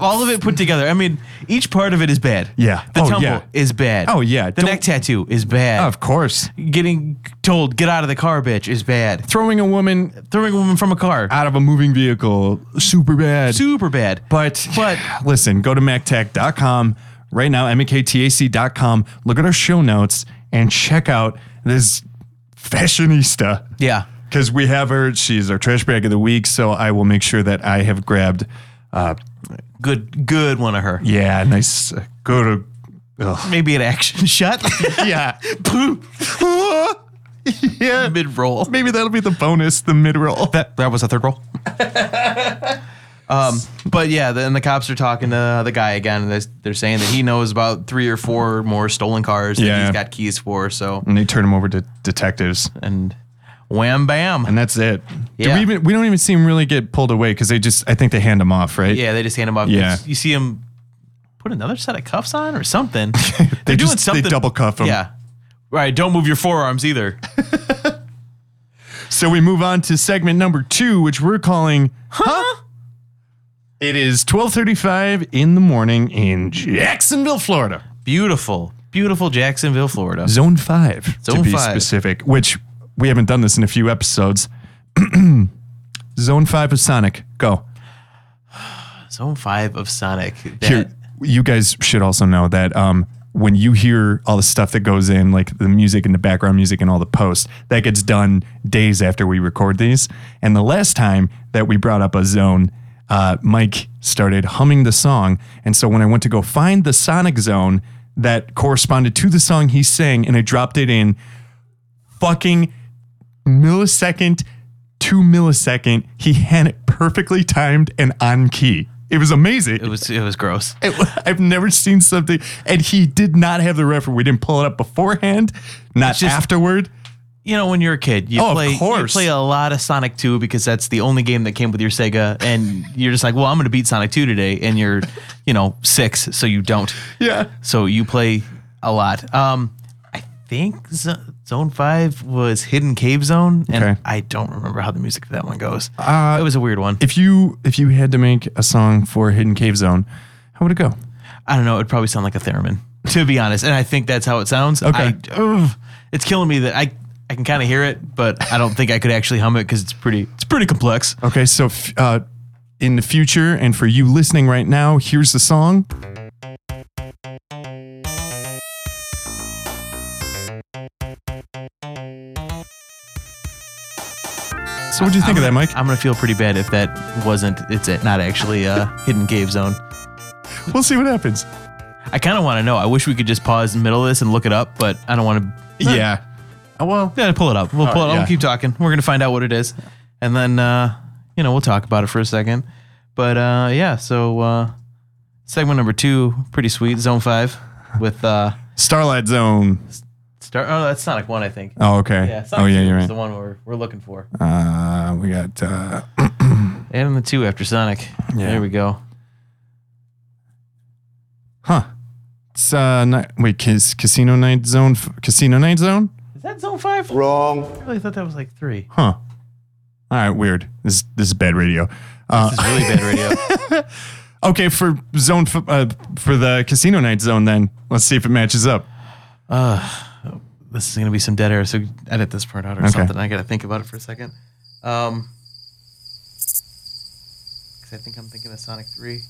all of it put together. I mean, each part of it is bad.
Yeah.
the
Oh,
tumble
yeah.
is bad.
Oh, yeah.
the
Don't- Oh,
neck tattoo is bad.
Of course.
getting told get out of the car bitch is bad
Throwing a woman
throwing a woman from a car
out of a moving vehicle, super bad.
super bad
But,
But-
listen, go to MacTac.com right now, MKTAC.com. Look at our show notes and check out this fashionista.
yeah
Because we have her. She's our trash bag of the week. So I will make sure that I have grabbed, uh,
good good one of her
yeah, nice, uh, go to, ugh.
maybe an action shot
yeah. yeah.
mid roll
Maybe that'll be the bonus, the mid roll.
that that was a third roll um but yeah then the cops are talking to the guy again and they're- they're saying that he knows about three or four more stolen cars that
Yeah.
he's got keys for so
And they turn him over to detectives.
and wham bam
And that's it. Do
Yeah.
we even we don't even see him really get pulled away because they just I think they hand him off, right?
yeah they just hand him off
Yeah.
you see him put another set of cuffs on or something they're
They
doing
just-
something
They double cuff him.
Yeah. Right. Don't move your forearms either.
So we move on to segment number two, which we're calling Huh? It is 1235 in the morning in Jacksonville, Florida.
Beautiful. Beautiful Jacksonville, Florida.
Zone five,
Zone
to be
five.
specific, which we haven't done this in a few episodes. Zone five of Sonic. Go.
Zone five of Sonic. That-
Here, you guys should also know that um, when you hear all the stuff that goes in, like the music and the background music and all the posts, that gets done days after we record these. And the last time that we brought up a zone, uh, Mike started humming the song. And so when I went to go find the Sonic Zone that corresponded to the song he sang, and I dropped it in fucking millisecond to millisecond, he had it perfectly timed and on key. It was amazing.
It was it was gross.
It- I've never seen something, and he did not have the reference. We didn't pull it up beforehand, not
just-
afterward.
you know, when you're a kid, you
Oh, of
play
course.
you play a lot of Sonic 2 because that's the only game that came with your Sega, and you're just like, well, I'm going to beat Sonic 2 today, and you're, you know, six, so you don't.
Yeah.
So you play a lot. Um, I think Z- Zone Five was Hidden Cave Zone, and
Okay.
I don't remember how the music for that one goes. Uh, it was a weird one.
If you if you had to make a song for Hidden Cave Zone, how would it go?
I don't know. It'd probably sound like a theremin, to be honest. And I think that's how it sounds.
Okay.
I, ugh, it's killing me that I I can kind of hear it, but I don't think I could actually hum it because it's pretty it's pretty complex.
Okay, so f- uh, in the future, and for you listening right now, here's the song. So, what'd you think of that, Mike?
I'm gonna feel pretty bad if that wasn't it's it, not actually uh, Hidden Cave Zone.
We'll see what happens.
I kind of want to know. I wish we could just pause in the middle of this and look it up, but I don't want to.
Yeah. Oh, well,
Yeah, pull it up. We'll pull it.
right,
up.
yeah.
We'll keep talking. We're gonna find out what it is, and then uh, you know we'll talk about it for a second. But uh, yeah, so uh, segment number two, pretty sweet. Zone five with uh,
Starlight Zone.
star. Oh, that's Sonic one, I think.
Oh, okay.
Yeah, Sonic
oh, yeah,
two
you're
is
right.
The one we're we're looking for,
Uh, we got. Uh,
and the two after Sonic.
Yeah.
There we go.
huh. It's uh, night, wait, cas- Casino Night Zone? F- Casino Night Zone?
Is that Zone five?
Wrong.
I really thought that was like three.
Huh. All right, weird. This this is bad radio. Uh,
This is really bad radio.
okay, for zone f- uh, for the casino night zone, then let's see if it matches up.
this is gonna be some dead air. So edit this part out or
Okay.
something. I gotta think about it for a second. Um, because I think I'm thinking of Sonic Three.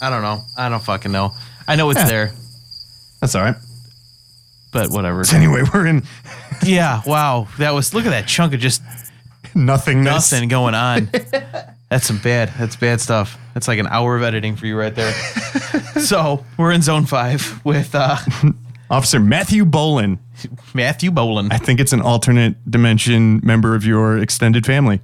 I don't know. I don't fucking know. I know it's
Yeah.
there,
That's all right.
but whatever.
Anyway, we're in
yeah. Wow. That was. Look at that chunk of just
nothingness.
nothing going on. That's some bad. That's bad stuff. That's like an hour of editing for you right there. so we're in Zone Five with uh,
Officer Matthew Bolin.
Matthew Boland.
I think it's an alternate dimension member of your extended family.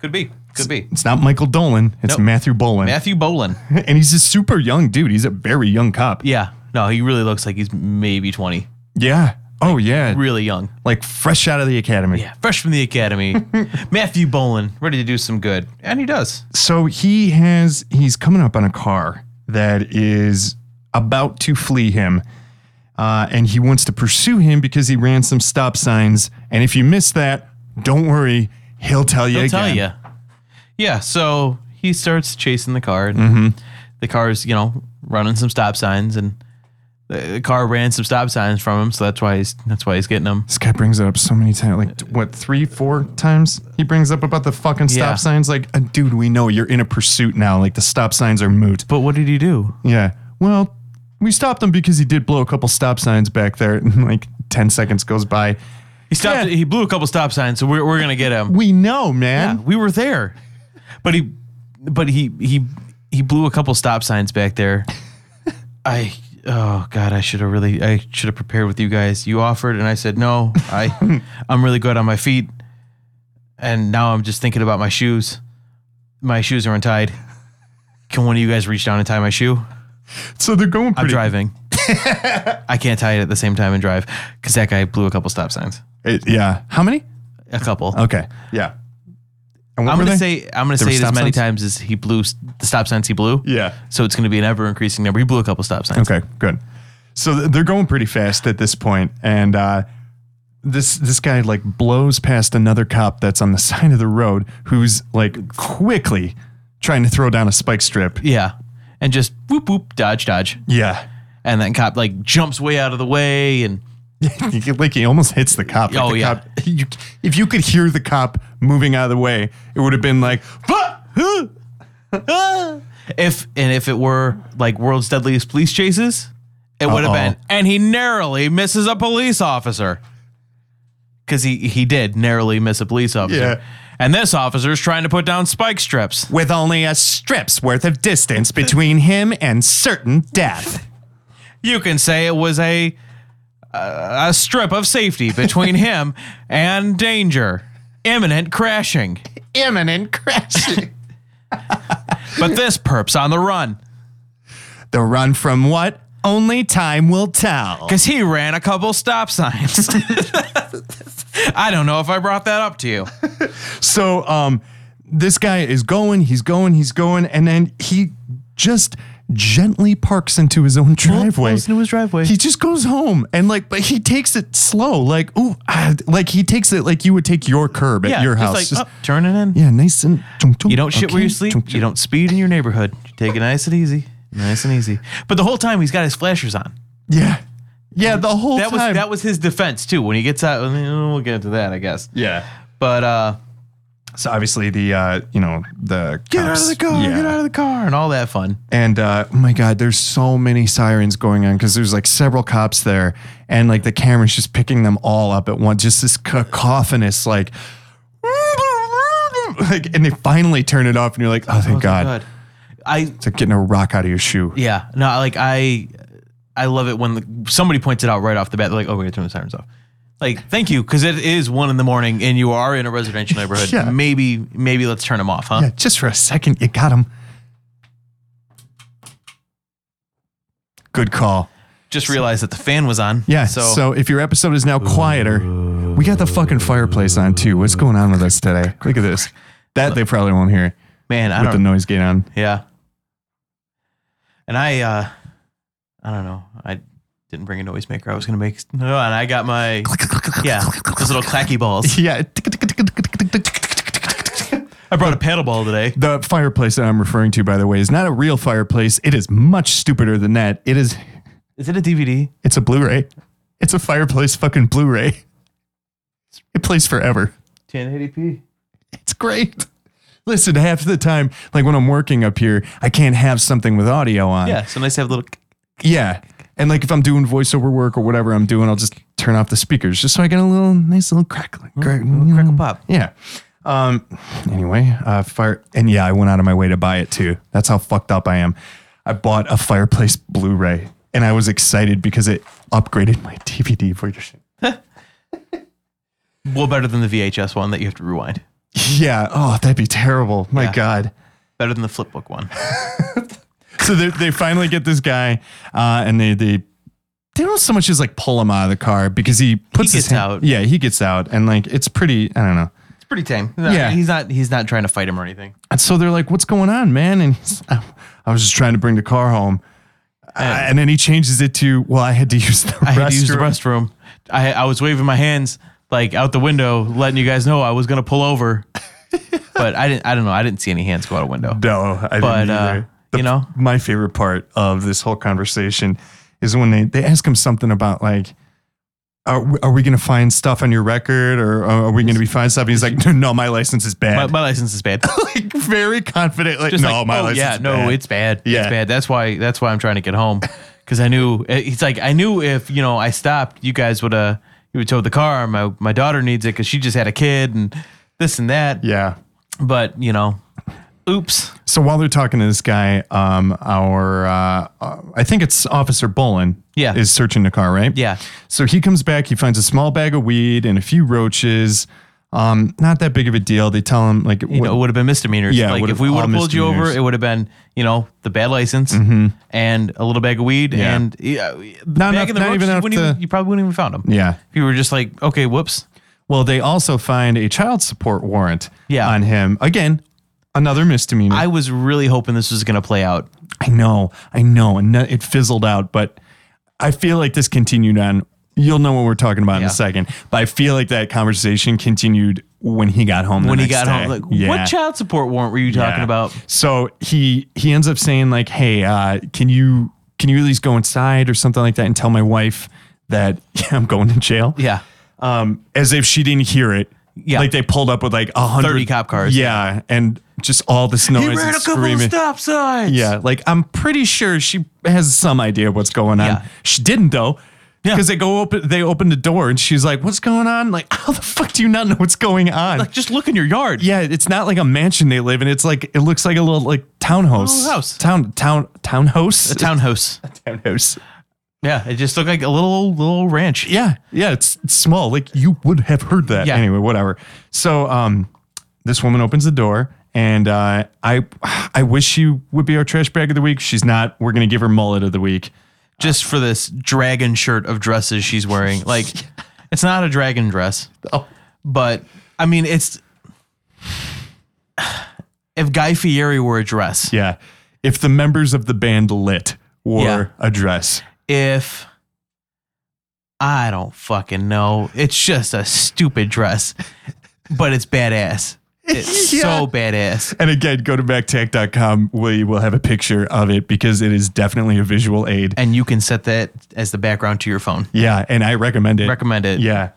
Could be. Could be.
It's not Michael Dolan. It's
Nope.
Matthew Bolin,
Matthew Boland.
and he's a super young dude. He's a very young cop.
Yeah. No, he really looks like he's maybe 20.
Yeah. Oh yeah.
Really young.
Like fresh out of the academy.
Yeah. Fresh from the academy. Matthew Boland, ready to do some good. And he does.
So he has he's coming up on a car that is about to flee him. Uh, and he wants to pursue him because he ran some stop signs. And if you miss that, don't worry, he'll tell you
I'll
again.
tell you. Yeah. So he starts chasing the car. And The car's, you know, running some stop signs and the the car ran some stop signs from him. So that's why he's, that's why he's getting them.
This guy brings it up so many times, like
Uh,
t- what three, four times he brings up about the fucking stop
Yeah.
signs. Like, uh, dude, we know you're in a pursuit now. Like the stop signs are moot.
But what did he do?
Yeah. Well, we stopped him because he did blow a couple stop signs back there, and like ten seconds goes by.
He stopped.
Yeah.
He blew a couple stop signs. So we're, we're going to get him.
We know, man.
Yeah, we were there. But he but he he he blew a couple stop signs back there. I oh god, I should have really I should have prepared with you guys. You offered and I said no. I I'm really good on my feet. And now I'm just thinking about my shoes. My shoes are untied. Can one of you guys reach down and tie my shoe?
So they're going.
I'm
Pretty
driving. I can't tie it at the same time and drive because that guy blew a couple stop signs.
It- yeah. How many?
A couple.
Okay. Yeah. And what
I'm
were
gonna
they?
say I'm gonna
There were
say it as
stop
many
signs?
times as he blew s- the stop signs he blew.
Yeah.
So it's gonna be an ever increasing number. He blew a couple stop signs.
Okay. Good. So th- they're going pretty fast at this point, and uh, this this guy like blows past another cop that's on the side of the road who's like quickly trying to throw down a spike strip.
Yeah. And just whoop whoop dodge dodge.
Yeah.
And then cop like jumps way out of the way and
You get- like he almost hits the cop. Like,
Oh,
the
yeah.
Cop, you, if you could hear the cop moving out of the way, it would have been like, "Fuck!" Ah!
if and if it were like world's deadliest police chases, it would have
Uh-oh.
been and he narrowly misses a police officer. Cause he he did narrowly miss a police officer.
Yeah.
And this officer is trying to put down spike strips.
with only a strip's worth of distance between him and certain death.
you can say it was a a strip of safety between him and danger, imminent crashing.
Imminent crashing.
But this perp's on the run
The run from what? Only time will tell.
because he ran a couple stop signs. I don't know if I brought that up to you.
So um, this guy is going, he's going, he's going, and then he just gently parks into his own driveway.
pulls into his driveway.
He just goes home and like, but he takes it slow, like ooh, ah, like he takes it like you would take your curb at your
just
house.
Like,
Just-
oh, turn it in.
yeah, nice and chunk, chunk,
You don't shit where
okay,
you sleep.
chunk,
You
chunk.
don't speed in your neighborhood. You take it nice and easy. Nice and easy. But the whole time he's got his flashers on.
Yeah, yeah, the whole
That was
time.
that was his defense too. When he gets out, we'll get into that, I guess.
yeah.
But uh,
So obviously the uh, you know the
get out of the car,
yeah.
get out of the car, and all that fun.
And uh, oh my God, there's so many sirens going on because there's like several cops there, and like the camera's just picking them all up at once. Just this cacophonous, like, like, and they finally turn it off, and you're like, oh, thank God.
Good. I
It's like getting a rock out of your shoe.
Yeah. No, I- like I I love it when the, somebody points it out right off the bat. They're like, oh, we're going to turn the sirens off. Like, thank you, because it is one in the morning and you are in a residential neighborhood.
Yeah.
Maybe, maybe let's turn them off, huh?
Yeah, just for a second, you got him. Good call.
Just realized that the fan was on.
Yeah.
So,
So, if your episode is now quieter, we got the fucking fireplace on too. What's going on with us today? Look at this. That they probably won't hear
man, I
with the
don't know.
noise gate on.
Yeah. And I, uh, I don't know. I didn't bring a noisemaker. I was going to make, no, and I got my, yeah, those little clacky balls.
Yeah.
I brought a paddle ball today.
The fireplace that I'm referring to, by the way, is not a real fireplace. It is much stupider than that. It is.
Is it a DVD?
It's a Blu-ray. It's a fireplace fucking Blu-ray. It plays forever.
1080p.
It's great. Listen, half the time, like when I'm working up here, I can't have something with audio on.
Yeah. So nice to have a little,
Yeah. And like if I'm doing voiceover work or whatever I'm doing, I'll just turn off the speakers just so I get a little nice little crackling. Crack,
Mm-hmm.
mm-hmm.
crackle pop.
Yeah. Um anyway, uh fire and yeah, I went out of my way to buy it too. That's how fucked up I am. I bought a fireplace Blu-ray and I was excited because it upgraded my DVD for your shit.
Well, better than the VHS one that you have to rewind.
Yeah. Oh, that'd be terrible. My
Yeah.
God.
Better than the flip book one.
So they, they finally get this guy, uh, and they they they don't so much as like pull him out of the car because he puts his
gets
hand-
out.
Yeah, he gets out, and like it's pretty. I don't know.
It's pretty tame.
Yeah.
he's not. He's not trying to fight him or anything.
And so they're like, "What's going on, man?" And he's, I was just trying to bring the car home, Uh, and then he changes it to, "Well, I had to use the restroom."
I had to use the restroom. I I was waving my hands like out the window, letting you guys know I was gonna pull over, but I didn't. I don't know. I didn't see any hands go out a window.
No, I
But,
didn't
uh,
either.
you know?
my favorite part of this whole conversation is when they they ask him something about like. Are we, are we going to find stuff on your record or uh, are we going to be finding stuff? And he's like, no, no, my license is bad.
My, my license is bad.
like very confident. Like,
Just
no,
like,
my
oh,
license.
Yeah,
is
no,
bad."
it's bad.
Yeah.
It's bad. That's why. That's why I'm trying to get home because I knew. eh, It's like I knew if you know I stopped, you guys would uh you would tow the car. My my daughter needs it because she just had a kid and this and that.
yeah.
But you know, oops.
So while they're talking to this guy, um, our uh, uh, I think it's Officer Bolin.
Yeah.
is searching the car, right?
Yeah.
So he comes back. He finds a small bag of weed and a few roaches. Um, not that big of a deal. They tell him like,
you
what-
know, it would have been misdemeanors.
Yeah, it
like
would've-
if we would have
all
pulled you over,
misdemeanors. Mm-hmm.
it would have been, you know, the bad license and a little bag of weed
Yeah.
and yeah,
Not enough- not even
you,
enough
wouldn't
to-
even, you probably wouldn't even found them.
yeah.
If you were just like, okay, whoops.
Well, they also find a child support warrant.
Yeah.
on him again. Another misdemeanor.
I was really hoping this was going to play out.
I know, I know, and that- it fizzled out. But I feel like this continued on. You'll know what we're talking about in
Yeah.
a second. But I feel like that conversation continued when he got home. the
When he
next
got home,
day.
like, what child support warrant were you talking
Yeah.
about?
So he he ends up saying like, "Hey, uh, can you can you at least go inside or something like that and tell my wife that yeah, I'm going to jail?"
Yeah.
um, as if she didn't hear it.
Yeah.
like they pulled up with like a hundred
30 cop cars.
Yeah, and just all this noise. and screaming.
stop signs.
Yeah, like I'm pretty sure she has some idea what's going on.
Yeah.
She didn't though.
Yeah.
Because they go open they open the door and she's like, What's going on? Like, how the fuck do you not know what's going on?
Like, just look in your yard.
yeah, it's not like a mansion they live in. It's like it looks like a little like townhouse.
Little house.
Town town townhouse.
A townhouse.
townhouse.
Yeah. It just looked like a little, little ranch.
Yeah, yeah, it's, it's small. Like you would have heard that.
Yeah.
Anyway, whatever. So um, this woman opens the door, and uh, I I wish she would be our trash bag of the week. She's not. We're gonna give her mullet of the week.
just for this dragon shirt of dresses she's wearing. Like, It's not a dragon dress.
Oh.
But I mean, it's if Guy Fieri wore a dress,
Yeah. If the members of the band lit wore
Yeah.
a dress.
if I don't fucking know, it's just a stupid dress, but it's badass. It's so badass.
And again, go to MacTech.com. We will have a picture of it because it is definitely a visual aid.
And you can set that as the background to your phone.
Yeah. And I recommend it.
Recommend it.
Yeah.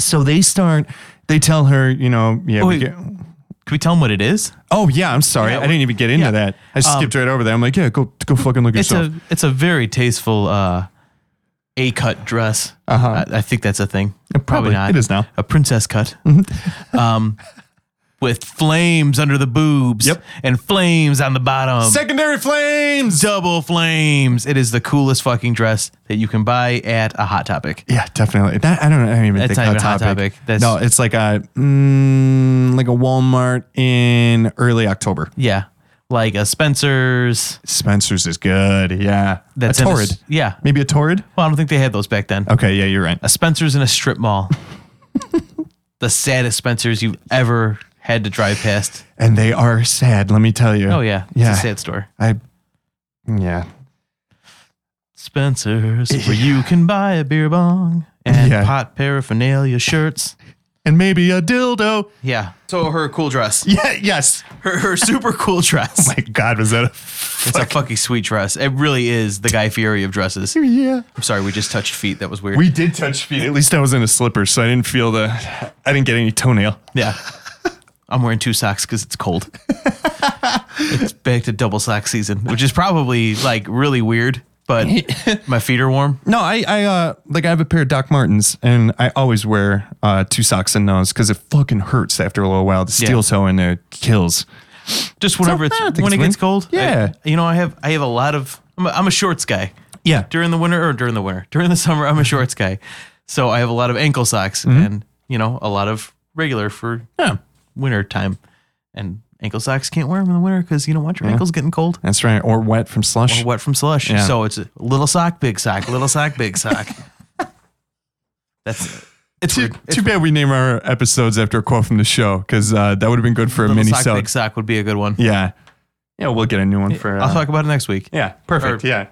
So they start, they tell her, you know, yeah. we
Wait.
get-
Can we tell them what it is?
oh yeah, I'm sorry.
Yeah,
I didn't even get into
yeah. Um,
that. I skipped right over that. I'm like, yeah, go, go fucking look
It's
yourself.
a it's a very tasteful uh, a cut dress. Uh-huh. I, I think that's a thing.
probably.
not.
It is now. Mm-hmm.
a princess cut. um, with flames under the boobs.
Yep.
And flames on the bottom.
Secondary flames.
Double flames. It is the coolest fucking dress that you can buy at a Hot Topic.
Yeah, definitely. That, I don't. I don't even
That's
think
not
Hot
even Hot
topic.
Topic. That's-
no, it's like a mm, like a Walmart in early October.
Yeah. Like a Spencer's.
Spencer's is good. Yeah,
That's
a
in a
torrid.
s- yeah.
maybe a torrid.
Well, I don't think they had those back then.
Okay, yeah, you're right.
A Spencer's in a strip mall. the saddest Spencer's you've ever had to drive past.
And they are sad. Let me tell you.
Oh, yeah. It's
yeah.
a sad store.
I. Yeah.
Spencer's, where you can buy a beer bong and
Yeah.
pot paraphernalia shirts.
And maybe a dildo.
Yeah. So her cool dress.
Yeah. Yes.
Her, her super cool dress.
My God, was that? A,
it's a fucking sweet dress. It really is the Guy Fieri of dresses.
yeah.
I'm sorry, we just touched feet. That was weird.
We did touch feet. At least I was in a slipper, so I didn't feel the. I didn't get any toenail.
yeah. I'm wearing two socks because it's cold. it's back to double sock season, which is probably like really weird, but my feet are warm.
No, I, I, uh, like I have a pair of Doc Martens, and I always wear uh, two socks and nose because it fucking hurts after a little while. The steel
Yeah.
toe in there kills.
Just whenever it's,
I don't think
when
it's
it gets
weird.
cold. I-
Yeah.
you know, I have I have a lot of I'm a, I'm a shorts guy.
Yeah.
during the winter or during the winter during the summer i'm a shorts guy so i have a lot of ankle socks and you know a lot of regular for
Mm-hmm. Yeah.
winter time and ankle socks can't wear them in the winter because you don't want your ankles getting cold
That's right. Or wet from slush.
or wet from slush
Yeah.
so it's a little sock big sock little sock big sock that's it's
Too,
weird. It's
too bad we name our episodes after a quote from the show because uh, that would have been good for a
little
mini
sock
sode.
big sock would be a good one
Yeah. Yeah, we'll get a new one for.
i'll
uh,
talk about it next week
yeah, perfect. yeah.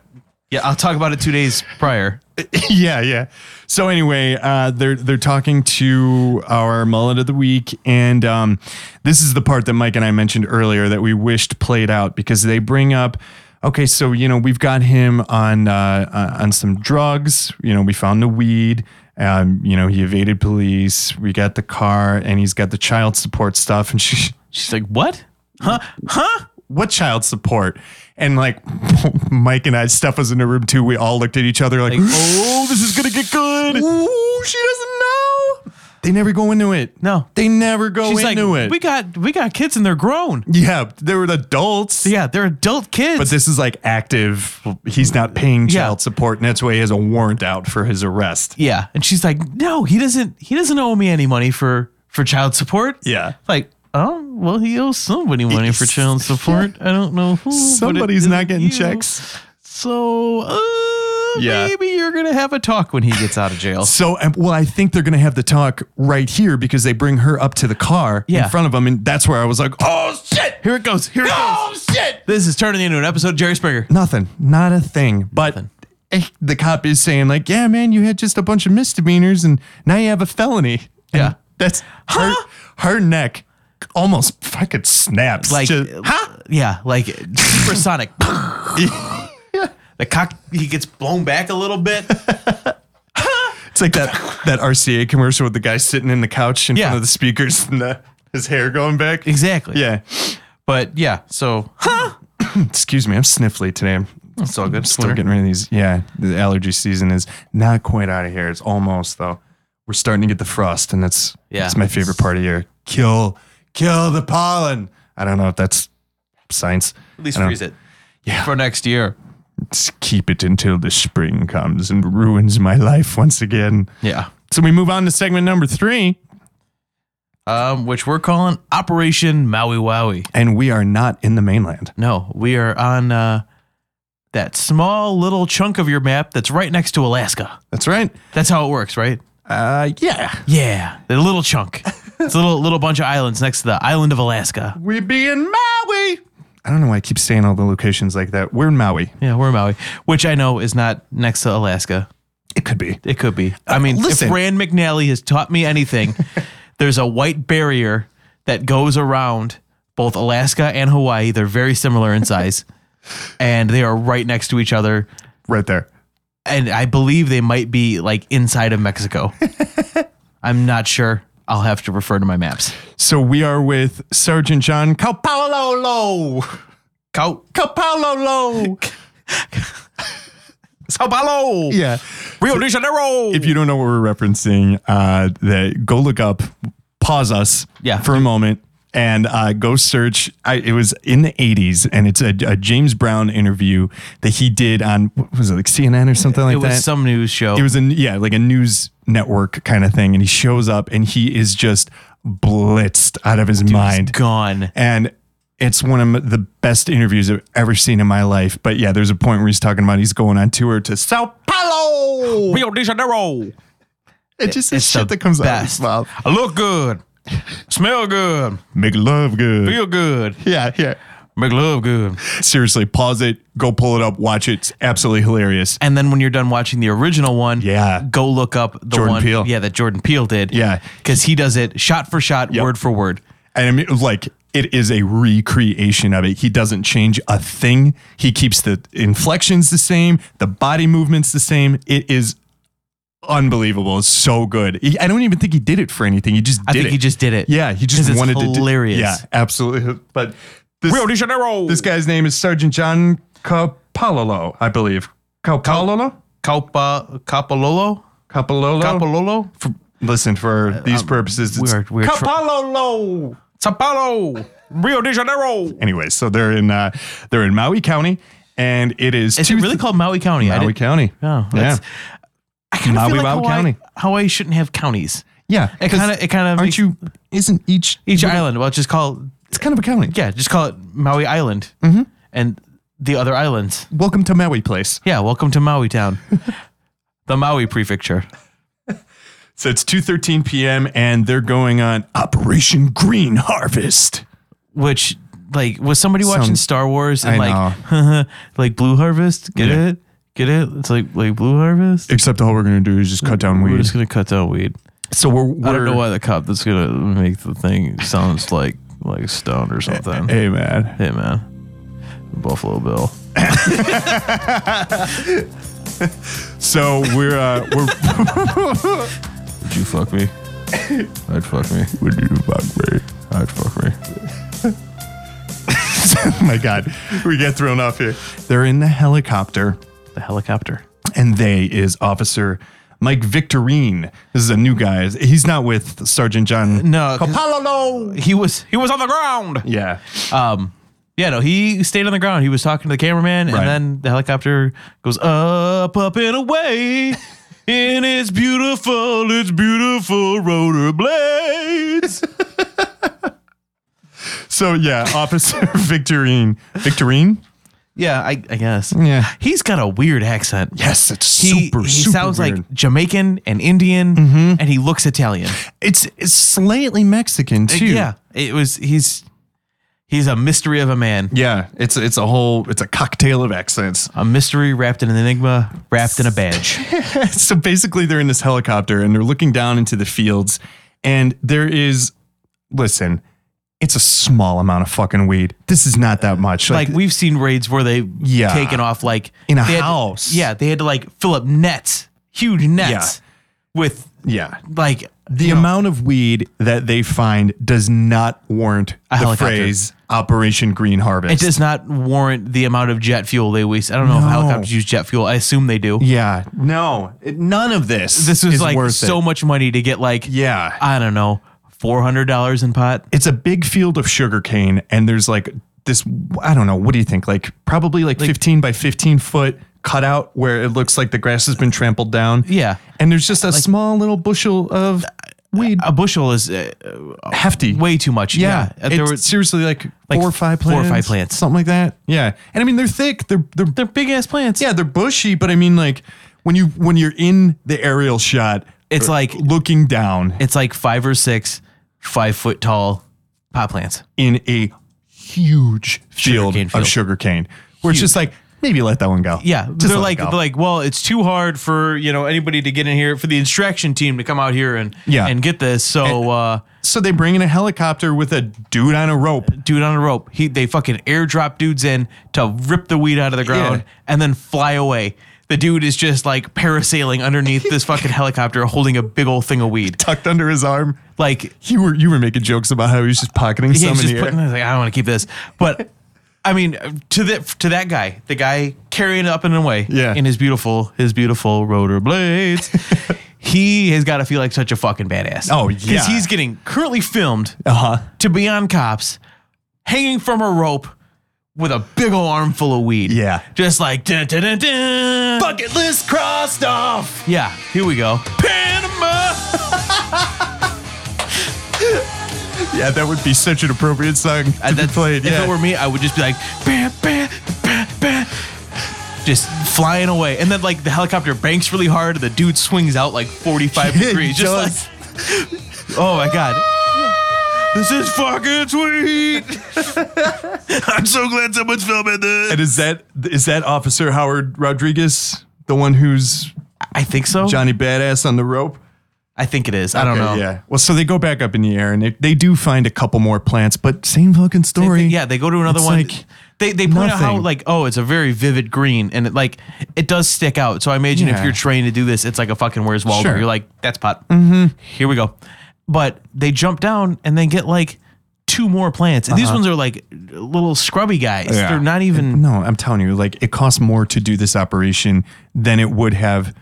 yeah i'll talk about it two days prior
yeah, yeah. So anyway, uh, they're they're talking to our mullet of the week, and um, this is the part that Mike and I mentioned earlier that we wished played out because they bring up. Okay, so you know we've got him on uh, uh, on some drugs. You know we found the weed. Um, you know he evaded police. We got the car, and he's got the child support stuff. And she,
she's like what huh huh
what child support? And like Mike and I, Steph was in the room too. We all looked at each other like, oh, this is gonna get good. Ooh, she doesn't know. They never go into it.
No.
they never go
she's like
into Oh, it.
we got we got kids and they're grown
yeah, they were adults.
yeah they're adult kids
But this is like active. He's not paying child support, and that's why he has a warrant out for his arrest.
Yeah, and she's like, "No, he doesn't. He doesn't owe me any money for for child support."
Yeah.
like, oh, well, he owes somebody money for child support. I don't know who. but it
Somebody's
isn't
not getting
you.
checks.
so uh,
Yeah.
maybe you're gonna have a talk when he gets out of jail.
So, um, well, I think they're going to have the talk right here because they bring her up to the car
Yeah.
in front of him, and that's where I was like, oh shit,
Here it goes. Here it
oh shit.
goes. This is turning into an episode of Jerry Springer.
Nothing. Not a thing. But
Nothing.
eh, the cop is saying, like, yeah, man, you had just a bunch of misdemeanors and now you have a felony. And
Yeah.
That's her, her neck almost fucking snaps.
Like,
Just-
huh? Yeah, like supersonic. The cock, he gets blown back a little bit.
it's like that, that RCA commercial with the guy sitting in the couch in
Yeah.
front of the speakers and the, his hair going back.
Exactly.
Yeah.
But yeah, so
Excuse me. I'm sniffly today. I'm
it's all good.
still
Winter.
getting rid of these. Yeah. The allergy season is not quite out of here. It's almost, though. We're starting to get the frost, and that's
Yeah.
It's my favorite part of year. Kill, kill the pollen. I don't know if that's science.
At least
I don't-
freeze it.
Yeah.
For next year.
Let's keep it until the spring comes and ruins my life once again.
Yeah.
So we move on to segment number three,
Um, which we're calling Operation Maui Wowie.
and we are not in the mainland.
No, we are on uh, that small little chunk of your map that's right next to Alaska.
That's right.
That's how it works, right?
Uh, yeah.
Yeah, the little chunk. It's a little little bunch of islands next to the island of Alaska.
We be in Maui. I don't know why I keep saying all the locations like that. We're in Maui.
Yeah, we're in Maui, which I know is not next to Alaska.
It could be.
It could be. I mean,
listen.
if Rand McNally has taught me anything, there's a white barrier that goes around both Alaska and Hawaii. They're very similar in size, and they are right next to each other.
Right there.
And I believe they might be like inside of Mexico. I'm not sure. I'll have to refer to my maps.
So we are with Sergeant John Copalolo.
Cow,
Copalolo.
Sao Paulo,
yeah.
Rio de Janeiro.
If you don't know what we're referencing, uh, that go look up, pause us
Yeah.
for a moment, and uh, go search. I, it was in the '80s, and it's a, a James Brown interview that he did on what was it like CNN or something like
it
that.
was some news show.
it was a yeah like a news network kind of thing and he shows up and he is just blitzed out of his mind
gone.
and it's one of the best interviews I've ever seen in my life but yeah there's a point where he's talking about he's going on tour to Sao Paulo
Rio de Janeiro.
it just is
It's the
shit that comes out of his
best.
mouth
I look good. Smell good.
make love good
Feel good.
yeah yeah
Make love good.
seriously pause it go pull it up watch it it's absolutely hilarious
And then when you're done watching the original one,
Yeah.
go look up the
Jordan
one,
Peele.
yeah, that Jordan Peele did,
Yeah.
because he does it shot for shot,
Yep.
word for word.
And I mean, like, it is a recreation of it. He doesn't change a thing. He keeps the inflections the same, the body movements the same. It is unbelievable. It's so good. He- I don't even think he did it for anything. He just did
I think
it.
he just did it.
yeah, he
'Cause
just
it's
wanted to.
hilarious.
Do, yeah, absolutely. But this,
de Janeiro.
this guy's name is Sergeant John Capalolo, I believe. Capalolo?
Capa Capololo.
Capalolo?
Capololo.
For- Listen, for these purposes, it's
Uh, um, Weird. Weird.
Apollo.
Sao Paulo.
Rio de Janeiro.
anyway, so they're in uh, they're in Maui County, and it is,
Is it
two-
really called Maui County? I
Maui
didn't-
County?
Oh,
yeah,
that's- I kind of
Maui,
feel like
Maui
Hawaii,
County.
Hawaii shouldn't have counties.
yeah.
It
because
kind of. It kind of.
aren't you? Isn't each
each island? Well, just call
It's kind of a county.
Yeah, just call it Maui Island
Mm-hmm.
and the other islands.
Welcome to Maui Place.
Yeah, welcome to Maui Town, the Maui Prefecture.
So it's two thirteen p.m. and they're going on Operation Green Harvest.
Which, like, was somebody watching
Sounds-
Star Wars
I
and like, like Blue Harvest? Get
Yeah.
it? Get it? It's like like Blue Harvest.
Except all we're gonna do is just cut down
We're
weed.
just gonna cut down weed.
So we're, we're
I don't know why the cop that's gonna make the thing sounds like like stoned or something.
Hey man,
Hey man, Buffalo Bill.
so we're uh, we're
Would you fuck me? I'd fuck me.
would you fuck me?
I'd fuck me.
oh my god, we get thrown off here. They're in the helicopter.
The helicopter.
and they is Officer Mike Victorine. This is a new guy. He's not with Sergeant John.
Uh, No, 'cause
Capalolo.
he was he was on the ground.
Yeah.
Um, yeah, no, he stayed on the ground. He was talking to the cameraman,
Right.
and then the helicopter goes up, up, and away. In its beautiful, its beautiful rotor blades.
So yeah, Officer Victorine. Victorine.
yeah, I, I guess.
Yeah.
He's got a weird accent.
Yes, it's
He,
super.
he
super
sounds
weird.
like Jamaican and Indian, and he looks Italian.
it's, it's slightly Mexican too.
Uh, Yeah, it was. He's he's a mystery of a man,
Yeah. It's it's a whole it's a cocktail of accents.
a mystery wrapped in an enigma, wrapped in a badge.
so basically they're in this helicopter and they're looking down into the fields and there is listen, it's a small amount of fucking weed. This is not that much.
like we've seen raids where they've
Yeah.
taken off like
In a
they had to-
house.
yeah, they had to like fill up nets, huge nets with
yeah.
like
The amount of weed that they find does not warrant
A
the
helicopter.
phrase Operation Green Harvest.
it does not warrant the amount of jet fuel they waste. I don't know
No.
if helicopters use jet fuel. I assume they do.
Yeah. No. it- none of this.
This was
is
like
worth
so
it.
much money to get like
Yeah.
I don't know, four hundred dollars in pot.
it's a big field of sugarcane, and there's like this. I don't know. What do you think? Like probably like, 15 by 15 foot cutout where it looks like the grass has been trampled down.
Yeah.
And there's just a small little bushel of weed.
A bushel is uh,
hefty.
way too much.
Yeah,
Uh, there
it's
were
seriously like,
like
four or five
four or
plants,
five plants.
something like that. Yeah, and I mean they're thick. They're they're
they're big ass plants.
yeah, they're bushy, but I mean like when you when you're in the aerial shot,
It's like
looking down
it's like five or six five foot tall pot plants.
in a huge field
Sugarcane field.
of sugarcane, where it's just like maybe let that one go.
Yeah,
just
they're
let it
like oh.
go.
they're like, well, it's too hard for you know anybody to get in here for the extraction team to come out here and
Yeah.
and get this. So uh,
so they bring in a helicopter with a dude on a rope.
dude on a rope, he they fucking airdrop dudes in to rip the weed out of the ground
Yeah.
and then fly away. The dude is just like parasailing underneath this fucking helicopter, holding a big old thing of weed.
tucked under his arm.
Like
You were you were making jokes about how he was just pocketing
Yeah,
some
he's
in
just
the air.
putting, I was like, I don't want to keep this. But I mean, to the to that guy, the guy carrying it up and away
Yeah.
in his beautiful his beautiful rotor blades. he has got to feel like such a fucking badass.
Oh, yeah.
Because he's getting currently filmed
uh huh.
to be on cops, hanging from a rope with a big ol' armful of weed.
Yeah.
Just like dun, dun, dun, dun.
Bucket list crossed off.
Yeah, here we go.
Panama. yeah, that would be such an appropriate song to
And
be
that's-
played.
If
Yeah.
it were me, I would just be like, bah, bah, bah, bah, just flying away. And then like the helicopter banks really hard, the dude swings out like 45
Yeah, he
degrees. Just
does.
like, oh my God. This is fucking sweet. I'm so glad someone's filming this.
and is that is that Officer Howard Rodriguez, the one who's
I think so.
Johnny Badass on the rope?
I think it is. I don't
Okay,
know.
Yeah. Well, so they go back up in the air and they, they do find a couple more plants, but same fucking
They-
story.
yeah, they go to another
It's
one.
like
they they point out how
nothing.
like oh, it's a very vivid green, and it like it does stick out. So I imagine if
Yeah.
you're trained to do this, it's like a fucking Where's Waldo.
Sure.
You're like that's pot. Mm-hmm. Here we go. But they jump down and they get like two more plants, and these ones are like little scrubby guys.
Uh-huh. Yeah.
They're not even.
No, I'm telling you, like it costs more to do this operation than it would have.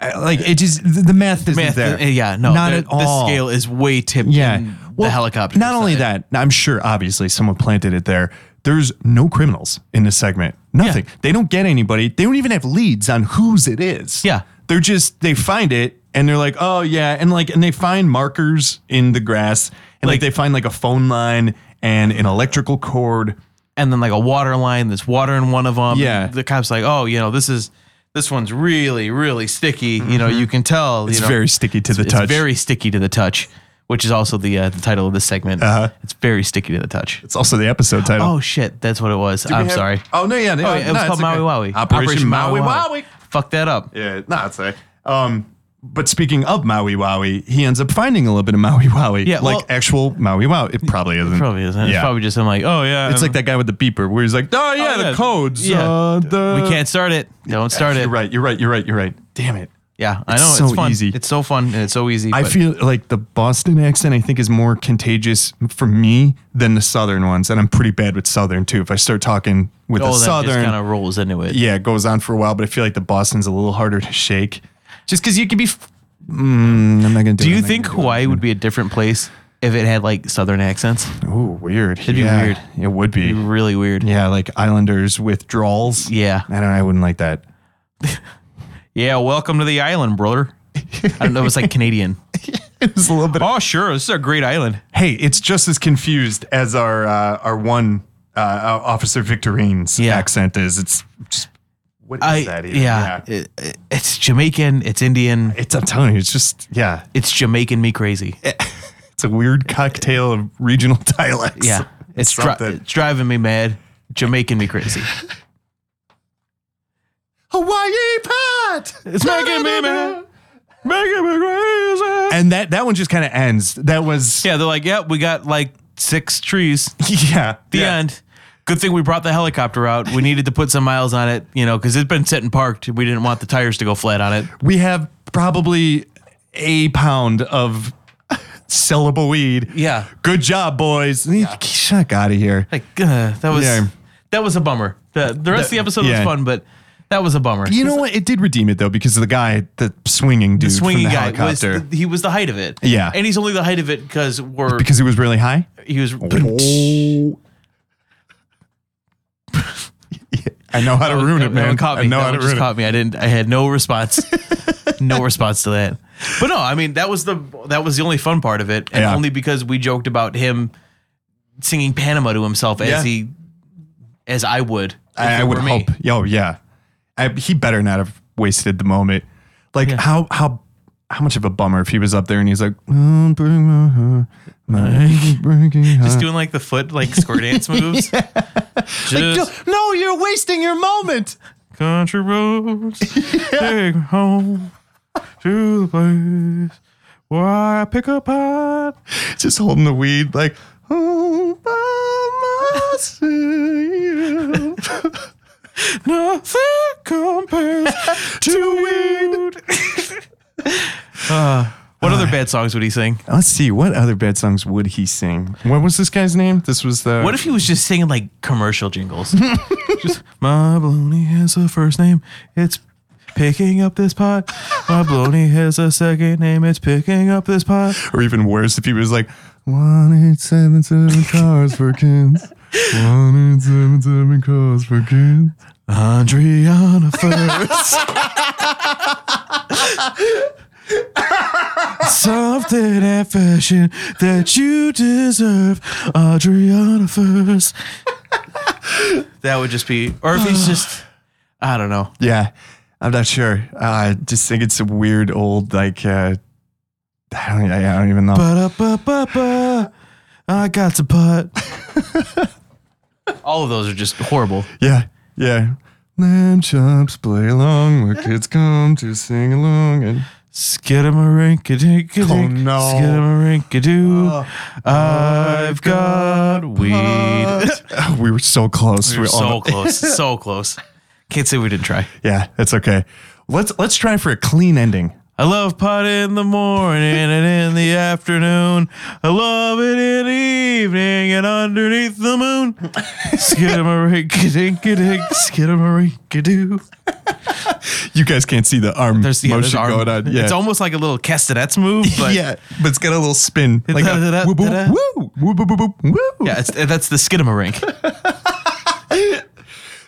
I- Like it just the the math isn't
Math- uh,
there.
yeah, no,
not
the-
at all.
The scale is way tipped.
yeah,
in
Well,
the helicopter.
Not only
side.
that, I'm sure obviously someone planted it there. There's no criminals in this segment. Nothing. They don't get anybody. They don't even have leads on whose it is.
Yeah.
They're just they find it and they're like, oh yeah, and like and they find markers in the grass and like
Like-
they find like a phone line and an electrical cord.
and then like a water line. There's water in one of them.
Yeah.
the cops like, oh, you know, this is this one's really really sticky. You know, you can tell.
Mm-hmm. It's
you know,
very sticky to the
it's
touch.
very sticky to the touch, which is also the uh, the title of this segment. Uh-huh. It's very sticky to the touch.
It's also the episode title.
Oh shit, that's what it was. I'm
have-
sorry.
Oh no, yeah, no,
Oh, yeah, it was
no,
called
it's okay.
Maui Wowie.
Operation, Maui Wowie.
Fuck that up.
Yeah, no, it's all right. Um, but speaking of Maui Wowie, he ends up finding a little bit of Maui Wowie.
Yeah,
like
well-
actual Maui Wowie. It probably isn't.
Probably isn't. It's
Yeah.
probably just I'm like, oh yeah.
It's like that guy with the beeper where he's like, oh yeah,
Oh,
the
yeah.
codes.
Yeah.
Uh, the
we can't start it. Don't start it.
You're right. You're right. You're right. You're right. Damn it.
Yeah, I
It's
know. It's,
so
fun.
easy.
It's so fun and it's so easy.
I
but-
feel like the Boston accent I think is more contagious for me than the Southern ones, and I'm pretty bad with Southern too. If I start talking with
oh,
a
that just
Southern,
kind of rolls into it.
yeah, it goes on for a while, but I feel like the Boston's a little harder to shake. Just because you can be. F- Mm, I'm not gonna do.
Do
it.
you
I'm not
think
gonna do it.
Hawaii would be a different place if it had like southern accents?
Ooh, weird. It'd
be weird.
It would be.
Really weird.
Yeah, like Islanders withdrawals.
Yeah.
I don't. I wouldn't like that.
Yeah, welcome to the island, brother. I don't know, it's like Canadian.
It's a little bit.
Oh, sure. This is a great island.
Hey, it's just as confused as our uh, our one uh, uh, Officer Victorine's
Yeah.
accent is. It's just what is
I
that? even?
yeah, It- it- it's Jamaican, it's Indian,
It's. I'm telling you. It's just. Yeah.
it's Jamaican me crazy.
It's a weird cocktail of regional dialects.
Yeah, it's, dri-
something.
it's driving me mad. Jamaican me crazy.
Hawaii pot. It's
making me mad. Making me crazy.
And that that one just kind of ends. That was
Yeah, they're like, yeah, we got like six trees.
yeah.
The
yeah.
end. Good thing we brought the helicopter out. We needed to put some miles on it, you know, because it's been sitting parked. We didn't want the tires to go flat on it.
we have probably a pound of sellable weed.
Yeah.
Good job, boys. Chuck out of here.
Like uh, that was
Yeah.
that was a bummer. The the rest of the episode
yeah.
was fun, but that was a bummer.
You know what? It did redeem it though, because the guy, the swinging dude,
the swinging
from the
guy was
helicopter,
the, he was the height of it.
Yeah.
and he's only the height of it because we're
because he was really high.
he was
I know how to ruin
That one
it, man.
Caught me.
I know
That
how to
one just
ruin it.
caught me. I didn't. I had no response. no response to that. But no, I mean that was the that was the only fun part of it, and
Yeah.
only because we joked about him singing Panama to himself as
Yeah.
he as I would. if
I, I
it
would
were me.
hope. Yo, yeah. I, he better not have wasted the moment. Like how how how much of a bummer if he was up there and he's like, "Don't break my heart, my breaking
Just
heart."
doing like the foot like square dance moves.
Like,
Just
"Don't- no, you're wasting your moment.
country roads take me home to the place where I pick up pot.
Just holding the weed, like, oh, by myself.
Nothing compares to weed. uh, what other bad songs would he sing?
Let's see, what other bad songs would he sing? What was this guy's name? This was the.
What if he was just singing like commercial jingles? just my baloney has a first name. It's picking up this pot. My baloney has a second name. It's picking up this pot.
or even worse, if he was like, 1877 cars for kids. 1877 cars for kids.
Adriana first. Something at fashion that you deserve, Adriana first. that would just be, or if he's just, I don't know.
Yeah, I'm not sure. Uh, just think it's a weird old, like, uh, I, don't, I don't even know.
Ba-da-ba-ba-ba. I got to putt. All of those are just horrible.
Yeah, yeah. Lamb chops play along where kids come to sing along and
Skidamarink-a-dink-a-dink.
Oh, no. Oh,
Skidamarink-a-doo. I've got weed.
Oh, we were so close.
We were so
all-
close. So close. Can't say we didn't try.
Yeah, that's okay. Let's let's try for a clean ending.
I love pot in the morning and in the afternoon. I love it in the evening and underneath the moon. Skidamarink-a-dink-a-dink. Skidamarink-a-doo.
You guys can't see the arm
There's the
motion
there's arm-
going on. Yeah.
It's almost like a little castanets move, but yeah,
yeah, but it's got a little spin. Like a
Da-da-da-da-da.
woo, woo, woo, woo, woo, woo, woo.
it's, that's the skidamarink.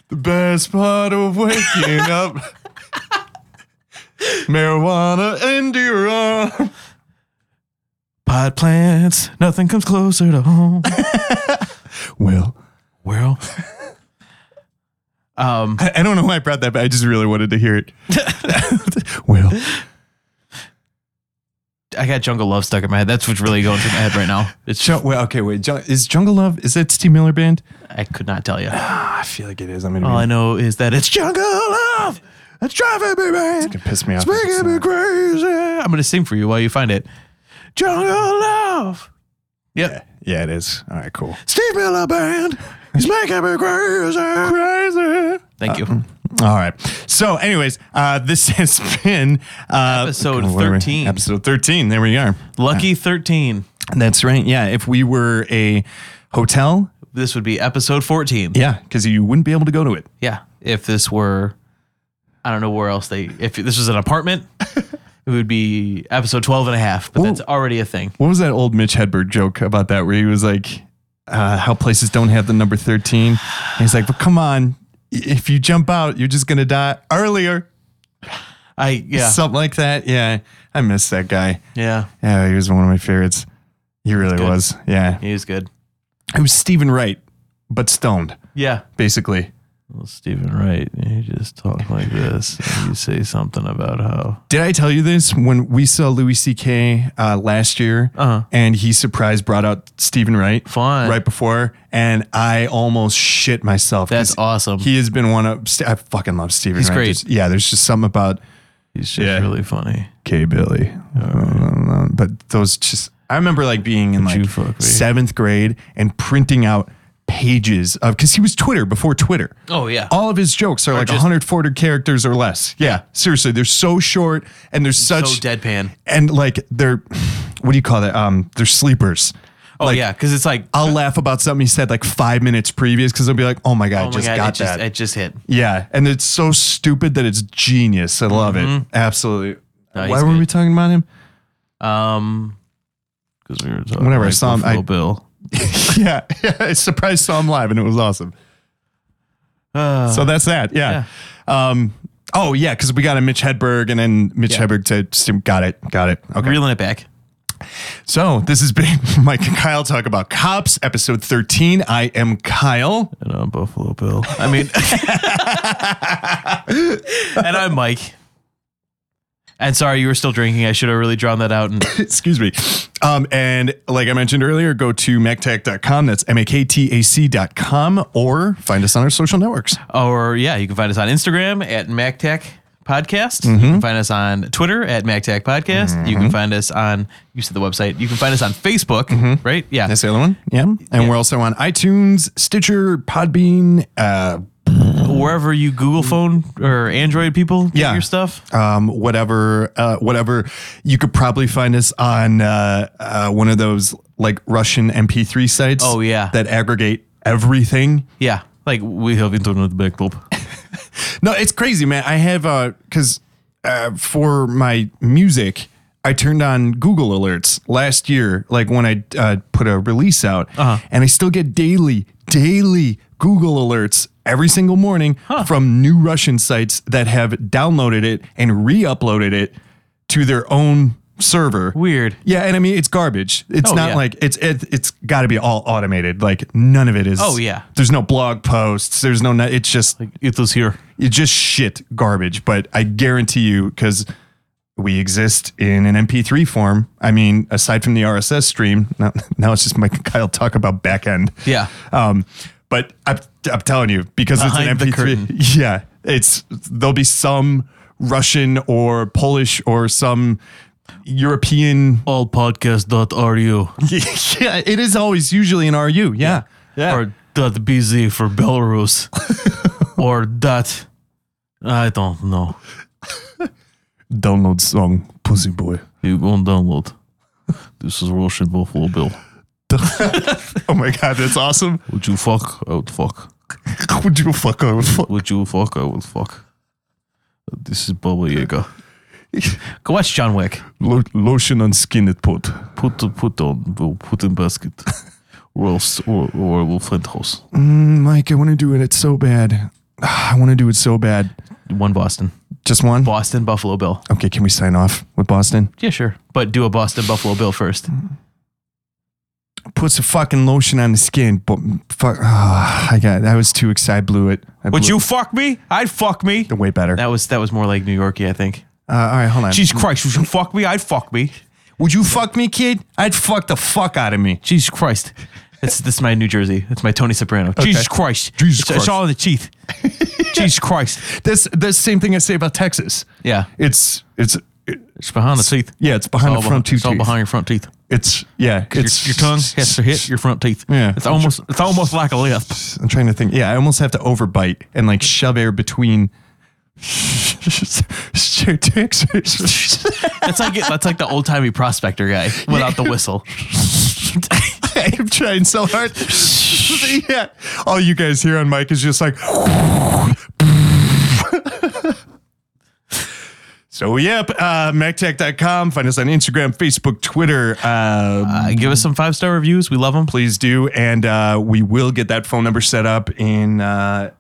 The best part of waking up. Marijuana into your arm.
Pot plants, nothing comes closer to home.
Well,
Well, um,
I, I don't know why I brought that, but I just really wanted to hear it. well,
I got Jungle Love stuck in my head. That's what's really going through my head right now. It's
Ju- wait, okay, wait. Ju- is Jungle Love, is that Steve Miller Band?
I could not tell you.
I feel like it is. I'm going
All I know is that it's Jungle Love. It's driving me mad.
to piss me off.
It's making me crazy. I'm gonna sing for you while you find it. Jungle Love. Yep.
Yeah, it is. All right, cool.
Steve Miller Band. He's making me crazy. Crazy. Thank you.
All right. So, anyways, uh, this has been uh,
Episode uh-huh.
what are we-
13.
Episode 13. There we are.
Lucky 13.
That's right. Yeah. If we were a hotel,
This would be episode 14.
yeah, because you wouldn't be able to go to it.
Yeah. If this were, I don't know where else they, if this was an apartment, it would be episode 12 and a half, but that's already a thing.
What was that old Mitch Hedberg joke about that where he was like, uh, how places don't have the number 13? And he's like, but come on. If you jump out, you're just going to die earlier.
I, yeah.
Something like that. Yeah. I miss that guy.
yeah.
Yeah. He was one of my favorites. He really
good.
was. Yeah.
He was good.
It was Stephen Wright, but stoned,
Yeah.
basically.
Well, Stephen Wright, you just talk like this. And you say something about how.
Did I tell you this when we saw Louis C.K. Uh, last year,
Uh-huh.
and he surprise brought out Stephen Wright,
Fun.
right before, and I almost shit myself.
That's
'cause
awesome.
He has been one of I fucking love Stephen.
He's
Wright.
great.
There's- yeah, there's just something about
He's just
Yeah.
really funny.
K. Billy, Um, but those just I remember like being in
you
like
fuck me?
seventh grade and printing out pages of because he was Twitter before Twitter.
Oh, yeah.
all of his jokes are, like
just-
140 characters or less. Yeah, seriously, they're so short and they're
so
such
deadpan.
and like they're what do you call that? Um, they're sleepers.
Oh,
like,
yeah. Because it's like,
I'll laugh about something he said like five minutes previous because I'll be like, oh my god,
oh
I
my
just
God,
got
it,
that.
Just, it just hit.
yeah, and it's so stupid that it's genius. I love it. Absolutely.
Mm-hmm. No,
Why
he's
were
good.
we talking about him?
Um, because we were talking
Whenever I
like
saw him,
Buffalo
I-
Bill.
yeah, yeah. I surprised saw him live and it was awesome.
Uh,
So that's that. Yeah. Um. Oh yeah, because we got a Mitch Hedberg and then Mitch Hedberg to Stu- got it, got it. Okay.
Reeling it back.
So this has been Mike and Kyle talk about cops, episode thirteen. I am Kyle.
And I'm Buffalo Bill. I mean, and I'm Mike. And sorry, you were still drinking. I should have really drawn that out. And
Excuse me. Um, and like I mentioned earlier, go to mactac.com. That's M A K T A C.com or find us on our social networks.
or yeah, you can find us on Instagram at MacTech Podcast. You can find us on Twitter at MacTech Podcast. You can find us on you said the website. You can find us on Facebook, right? Yeah.
That's the other one. Yeah. And we're also on iTunes, Stitcher, Podbean, uh,
Wherever you Google phone or Android people get
Yeah.
your stuff.
um, whatever, uh, whatever. You could probably find us on uh, uh, one of those like Russian MP3 sites.
Oh, yeah.
that aggregate everything.
Yeah. Like we have internet backup.
No, it's crazy, man. I have uh, because uh, for my music, I turned on Google alerts last year, like when I uh, put a release out,
Uh-huh.
and I still get daily, daily Google alerts every single morning from new Russian sites that have downloaded it and re-uploaded it to their own server.
Weird.
Yeah, and I mean it's garbage. It's
Oh,
not
yeah.
like it's it, it's got to be all automated. Like none of it is.
Oh, yeah.
There's no blog posts. There's no. no- It's just
It was here.
it's just shit garbage. But I guarantee you, because we exist in an MP3 form. I mean, aside from the RSS stream, now, now it's just Mike and Kyle talk about backend.
Yeah.
Um, but I'm, I'm telling you, because
Behind
it's
the
an MP3. Yeah, it's there'll be some Russian or Polish or some European.
All podcast.ru
yeah, it is always usually an RU. Yeah. Yeah.
or dot BZ for Belarus or dot I don't know.
Download song Pussy Boy.
You go and download. This is Russian Buffalo Bill.
Oh my God, that's awesome.
Would you fuck? I would fuck.
Would you fuck over?
Would you fuck? I would fuck. This is Baba Yaga. Go watch John Wick.
Lo- lotion on skin it put.
Put put on. We'll put in basket. Or else, or, or we'll flint house.
Mm, Mike, I want to do it. It's so bad. I want to do it so bad.
One Boston.
Just one?
Boston Buffalo Bill.
Okay, can we sign off with Boston?
Yeah, sure. But do a Boston Buffalo Bill first.
Put some fucking lotion on the skin. But fuck, ah, I got. I was too excited. I blew it. I
Would
blew
you fuck me? I'd fuck me.
it. way better?
That was that was more like New Yorkie, I think.
Uh, all right, hold on.
Jesus Christ, would you fuck me? I'd fuck me.
Would you fuck me, kid? I'd fuck the fuck out of me.
Jesus Christ. That's this is my New Jersey. That's my Tony Soprano.
Jesus Christ.
Jesus
it's, it's all in the teeth. Jesus Christ.
That's the same thing I say about Texas.
Yeah.
It's it's it-
It's behind the teeth.
yeah. It's behind
All
the
behind,
front two
it's all
teeth.
behind your front teeth.
It's yeah. It's
your, your tongue has to hit your front teeth.
Yeah.
It's almost it's almost like a lip.
I'm trying to think. Yeah, I almost have to overbite and like shove air between. Texas.
That's like that's like the old timey prospector guy without the whistle.
I am trying so hard. yeah. All you guys hear on mic is just like. so, yep. Uh, MacTech.com. Find us on Instagram, Facebook, Twitter. Uh,
Uh, give us some five star reviews. We love them. Please
please do. And uh, we will get that phone number set up in. Uh,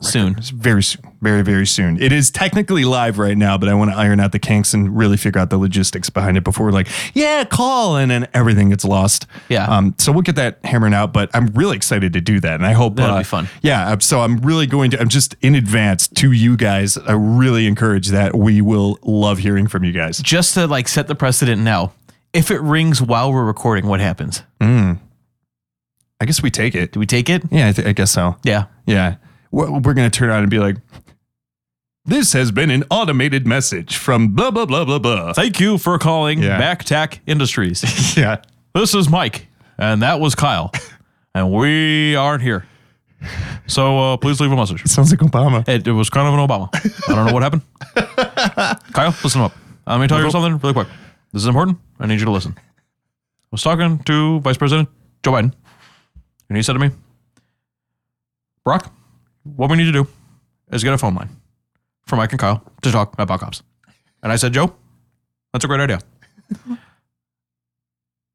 soon.
very soon, very very soon. It is technically live right now, but I want to iron out the kinks and really figure out the logistics behind it before we're like, yeah, call, and then everything gets lost.
Yeah.
Um. So we'll get that hammered out, but I'm really excited to do that, and I hope uh,
That'll be fun.
Yeah. I'm- So I'm really going to. I'm just in advance to you guys. I really encourage that. We will love hearing from you guys.
Just to like set the precedent now. If it rings while we're recording, what happens?
I guess we take it.
Do we take it?
Yeah, I, th- I guess so.
Yeah.
Yeah. We're, we're going to turn around and be like, this has been an automated message from blah, blah, blah, blah, blah.
Thank you for calling
Yeah.
Back Tech Industries.
Yeah.
this is Mike, and that was Kyle, and we aren't here. So uh, please leave a message.
Sounds like Obama.
It, it was kind of an Obama. I don't know what happened. Kyle, listen up. Let me tell you something really quick. This is important. I need you to listen. I was talking to Vice President Joe Biden, and he said to me, Brock, what we need to do is get a phone line for Mike and Kyle to talk about cops. And I said, Joe, that's a great idea.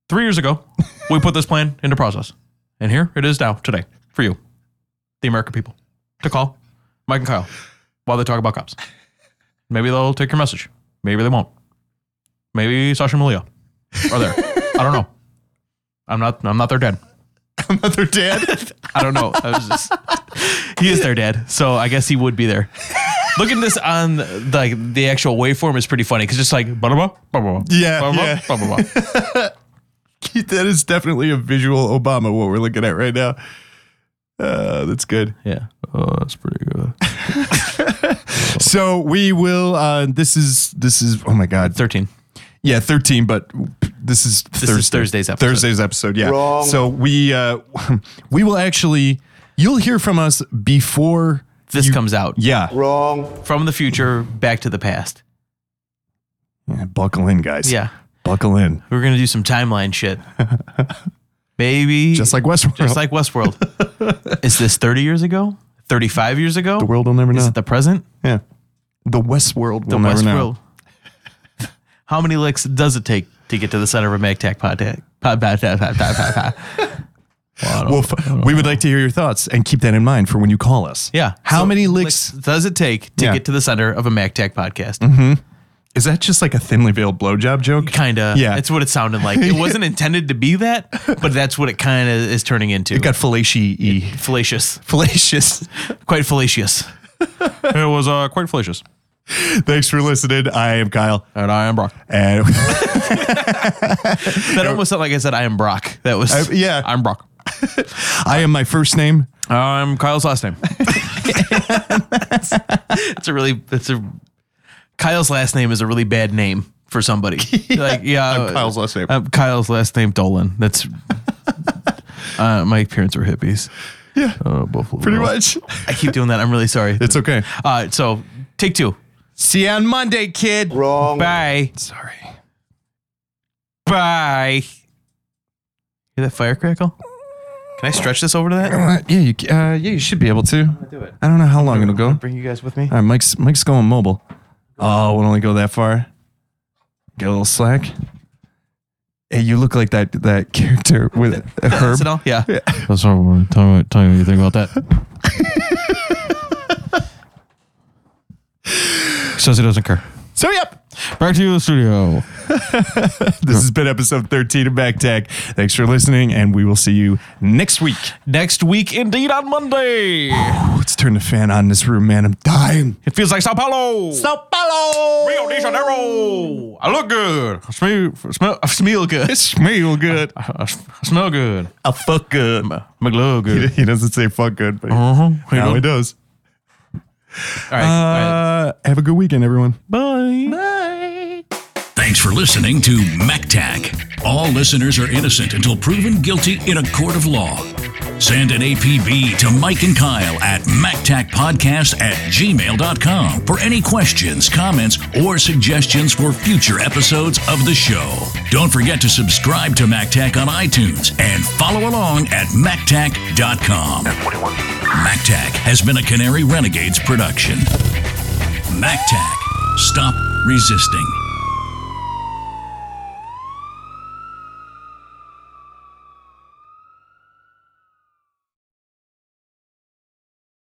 Three years ago, we put this plan into process. And here it is now, today, for you, the American people, to call Mike and Kyle while they talk about cops. Maybe they'll take your message. Maybe they won't. Maybe Sasha and Malia are there. I don't know. I'm not. I'm not their dad.
Another dad.
I don't know. I was just. he is their dad, so I guess he would be there. Looking at this on the, like the actual waveform is pretty funny because it's like ba-da-ba, ba-da-ba,
Yeah,
ba-da-ba,
yeah.
ba-da-ba.
that is definitely a visual Obama, what we're looking at right now. Uh, that's good.
yeah.
Oh, that's pretty good.
So we will. Uh, this is this is. Oh my God.
Thirteen.
Yeah, thirteen. But this is
is
Thursday.
Thursday's episode.
Thursday's episode. Yeah. So we uh, we will actually. You'll hear from us before
This
you-
comes out
Yeah.
from the future back to the past.
Yeah, Buckle in, guys.
Yeah,
Buckle in.
we're gonna do some timeline shit. Maybe
Just like Westworld.
just like Westworld. is this thirty years ago? Thirty-five years ago?
the world will never know.
Is it the present?
yeah. The Westworld
The
will never know.
Westworld. How many licks does it take to get to the center of a MagTac podcast? Pod, pod, pod, pod, pod, pod, pod.
Well, f- we would like to hear your thoughts and keep that in mind for when you call us.
Yeah.
How
So,
many licks?
does it take to
Yeah. Mm-hmm.
get to the center of a MacTac podcast?
Is that just like a thinly veiled blowjob joke?
Kinda.
Yeah.
It's what it sounded like. It wasn't intended to be that, but that's what it kind of is turning into.
It got fallacious.
fallacious.
Fallacious.
Quite fallacious.
it was uh, quite fallacious.
Thanks for listening. I am Kyle.
And I am Brock.
And
That almost sounded like I said, I am Brock. That was,
I- yeah,
I'm Brock.
I am my first name. Um,
I'm Kyle's last name.
that's a really, that's a, Kyle's last name is a really bad name for somebody. like, yeah.
I'm Uh, Kyle's last name.
I'm Kyle's last name, Dolan. That's, uh, my parents were hippies.
Yeah,
Uh, Buffalo.
pretty much.
I keep doing that. I'm really sorry.
It's okay.
Uh, so take two.
See you on Monday, kid.
Bye.
Sorry.
Bye. Hear that fire crackle? Can I stretch this over to that?
Uh, yeah, you. Uh, yeah, you should be able to. I don't know how long it'll go. All
Bring you guys with me.
right, Mike's Mike's going mobile. Oh, we'll only go that far. Get a little slack. Hey, you look like that that character with a herb.
Sentinel? Yeah.
That's what we're talking about. Tell me what you think about that. Says he doesn't care.
So yep.
Back to you, the studio.
This has been episode 13 of Back Tech. Thanks for listening, and we will see you next week.
Next week, indeed, on Monday.
Let's turn the fan on in this room, man. I'm dying.
It feels like Sao Paulo.
Sao Paulo.
Rio de Janeiro. I look good. I smell, smell, I smell good.
smell good.
I, I smell good.
I fuck good.
I look good.
He doesn't say fuck good, but uh now he does.
All right. all right.
Uh, have a good weekend, everyone. Bye.
Thanks for listening to MacTac. All listeners are innocent until proven guilty in a court of law. Send an APB to Mike and Kyle at MacTacPodcast at gmail.com for any questions, comments, or suggestions for future episodes of the show. Don't forget to subscribe to MacTac on iTunes and follow along at MacTac.com. MacTac has been a Canary Renegades production. MacTac. Stop resisting.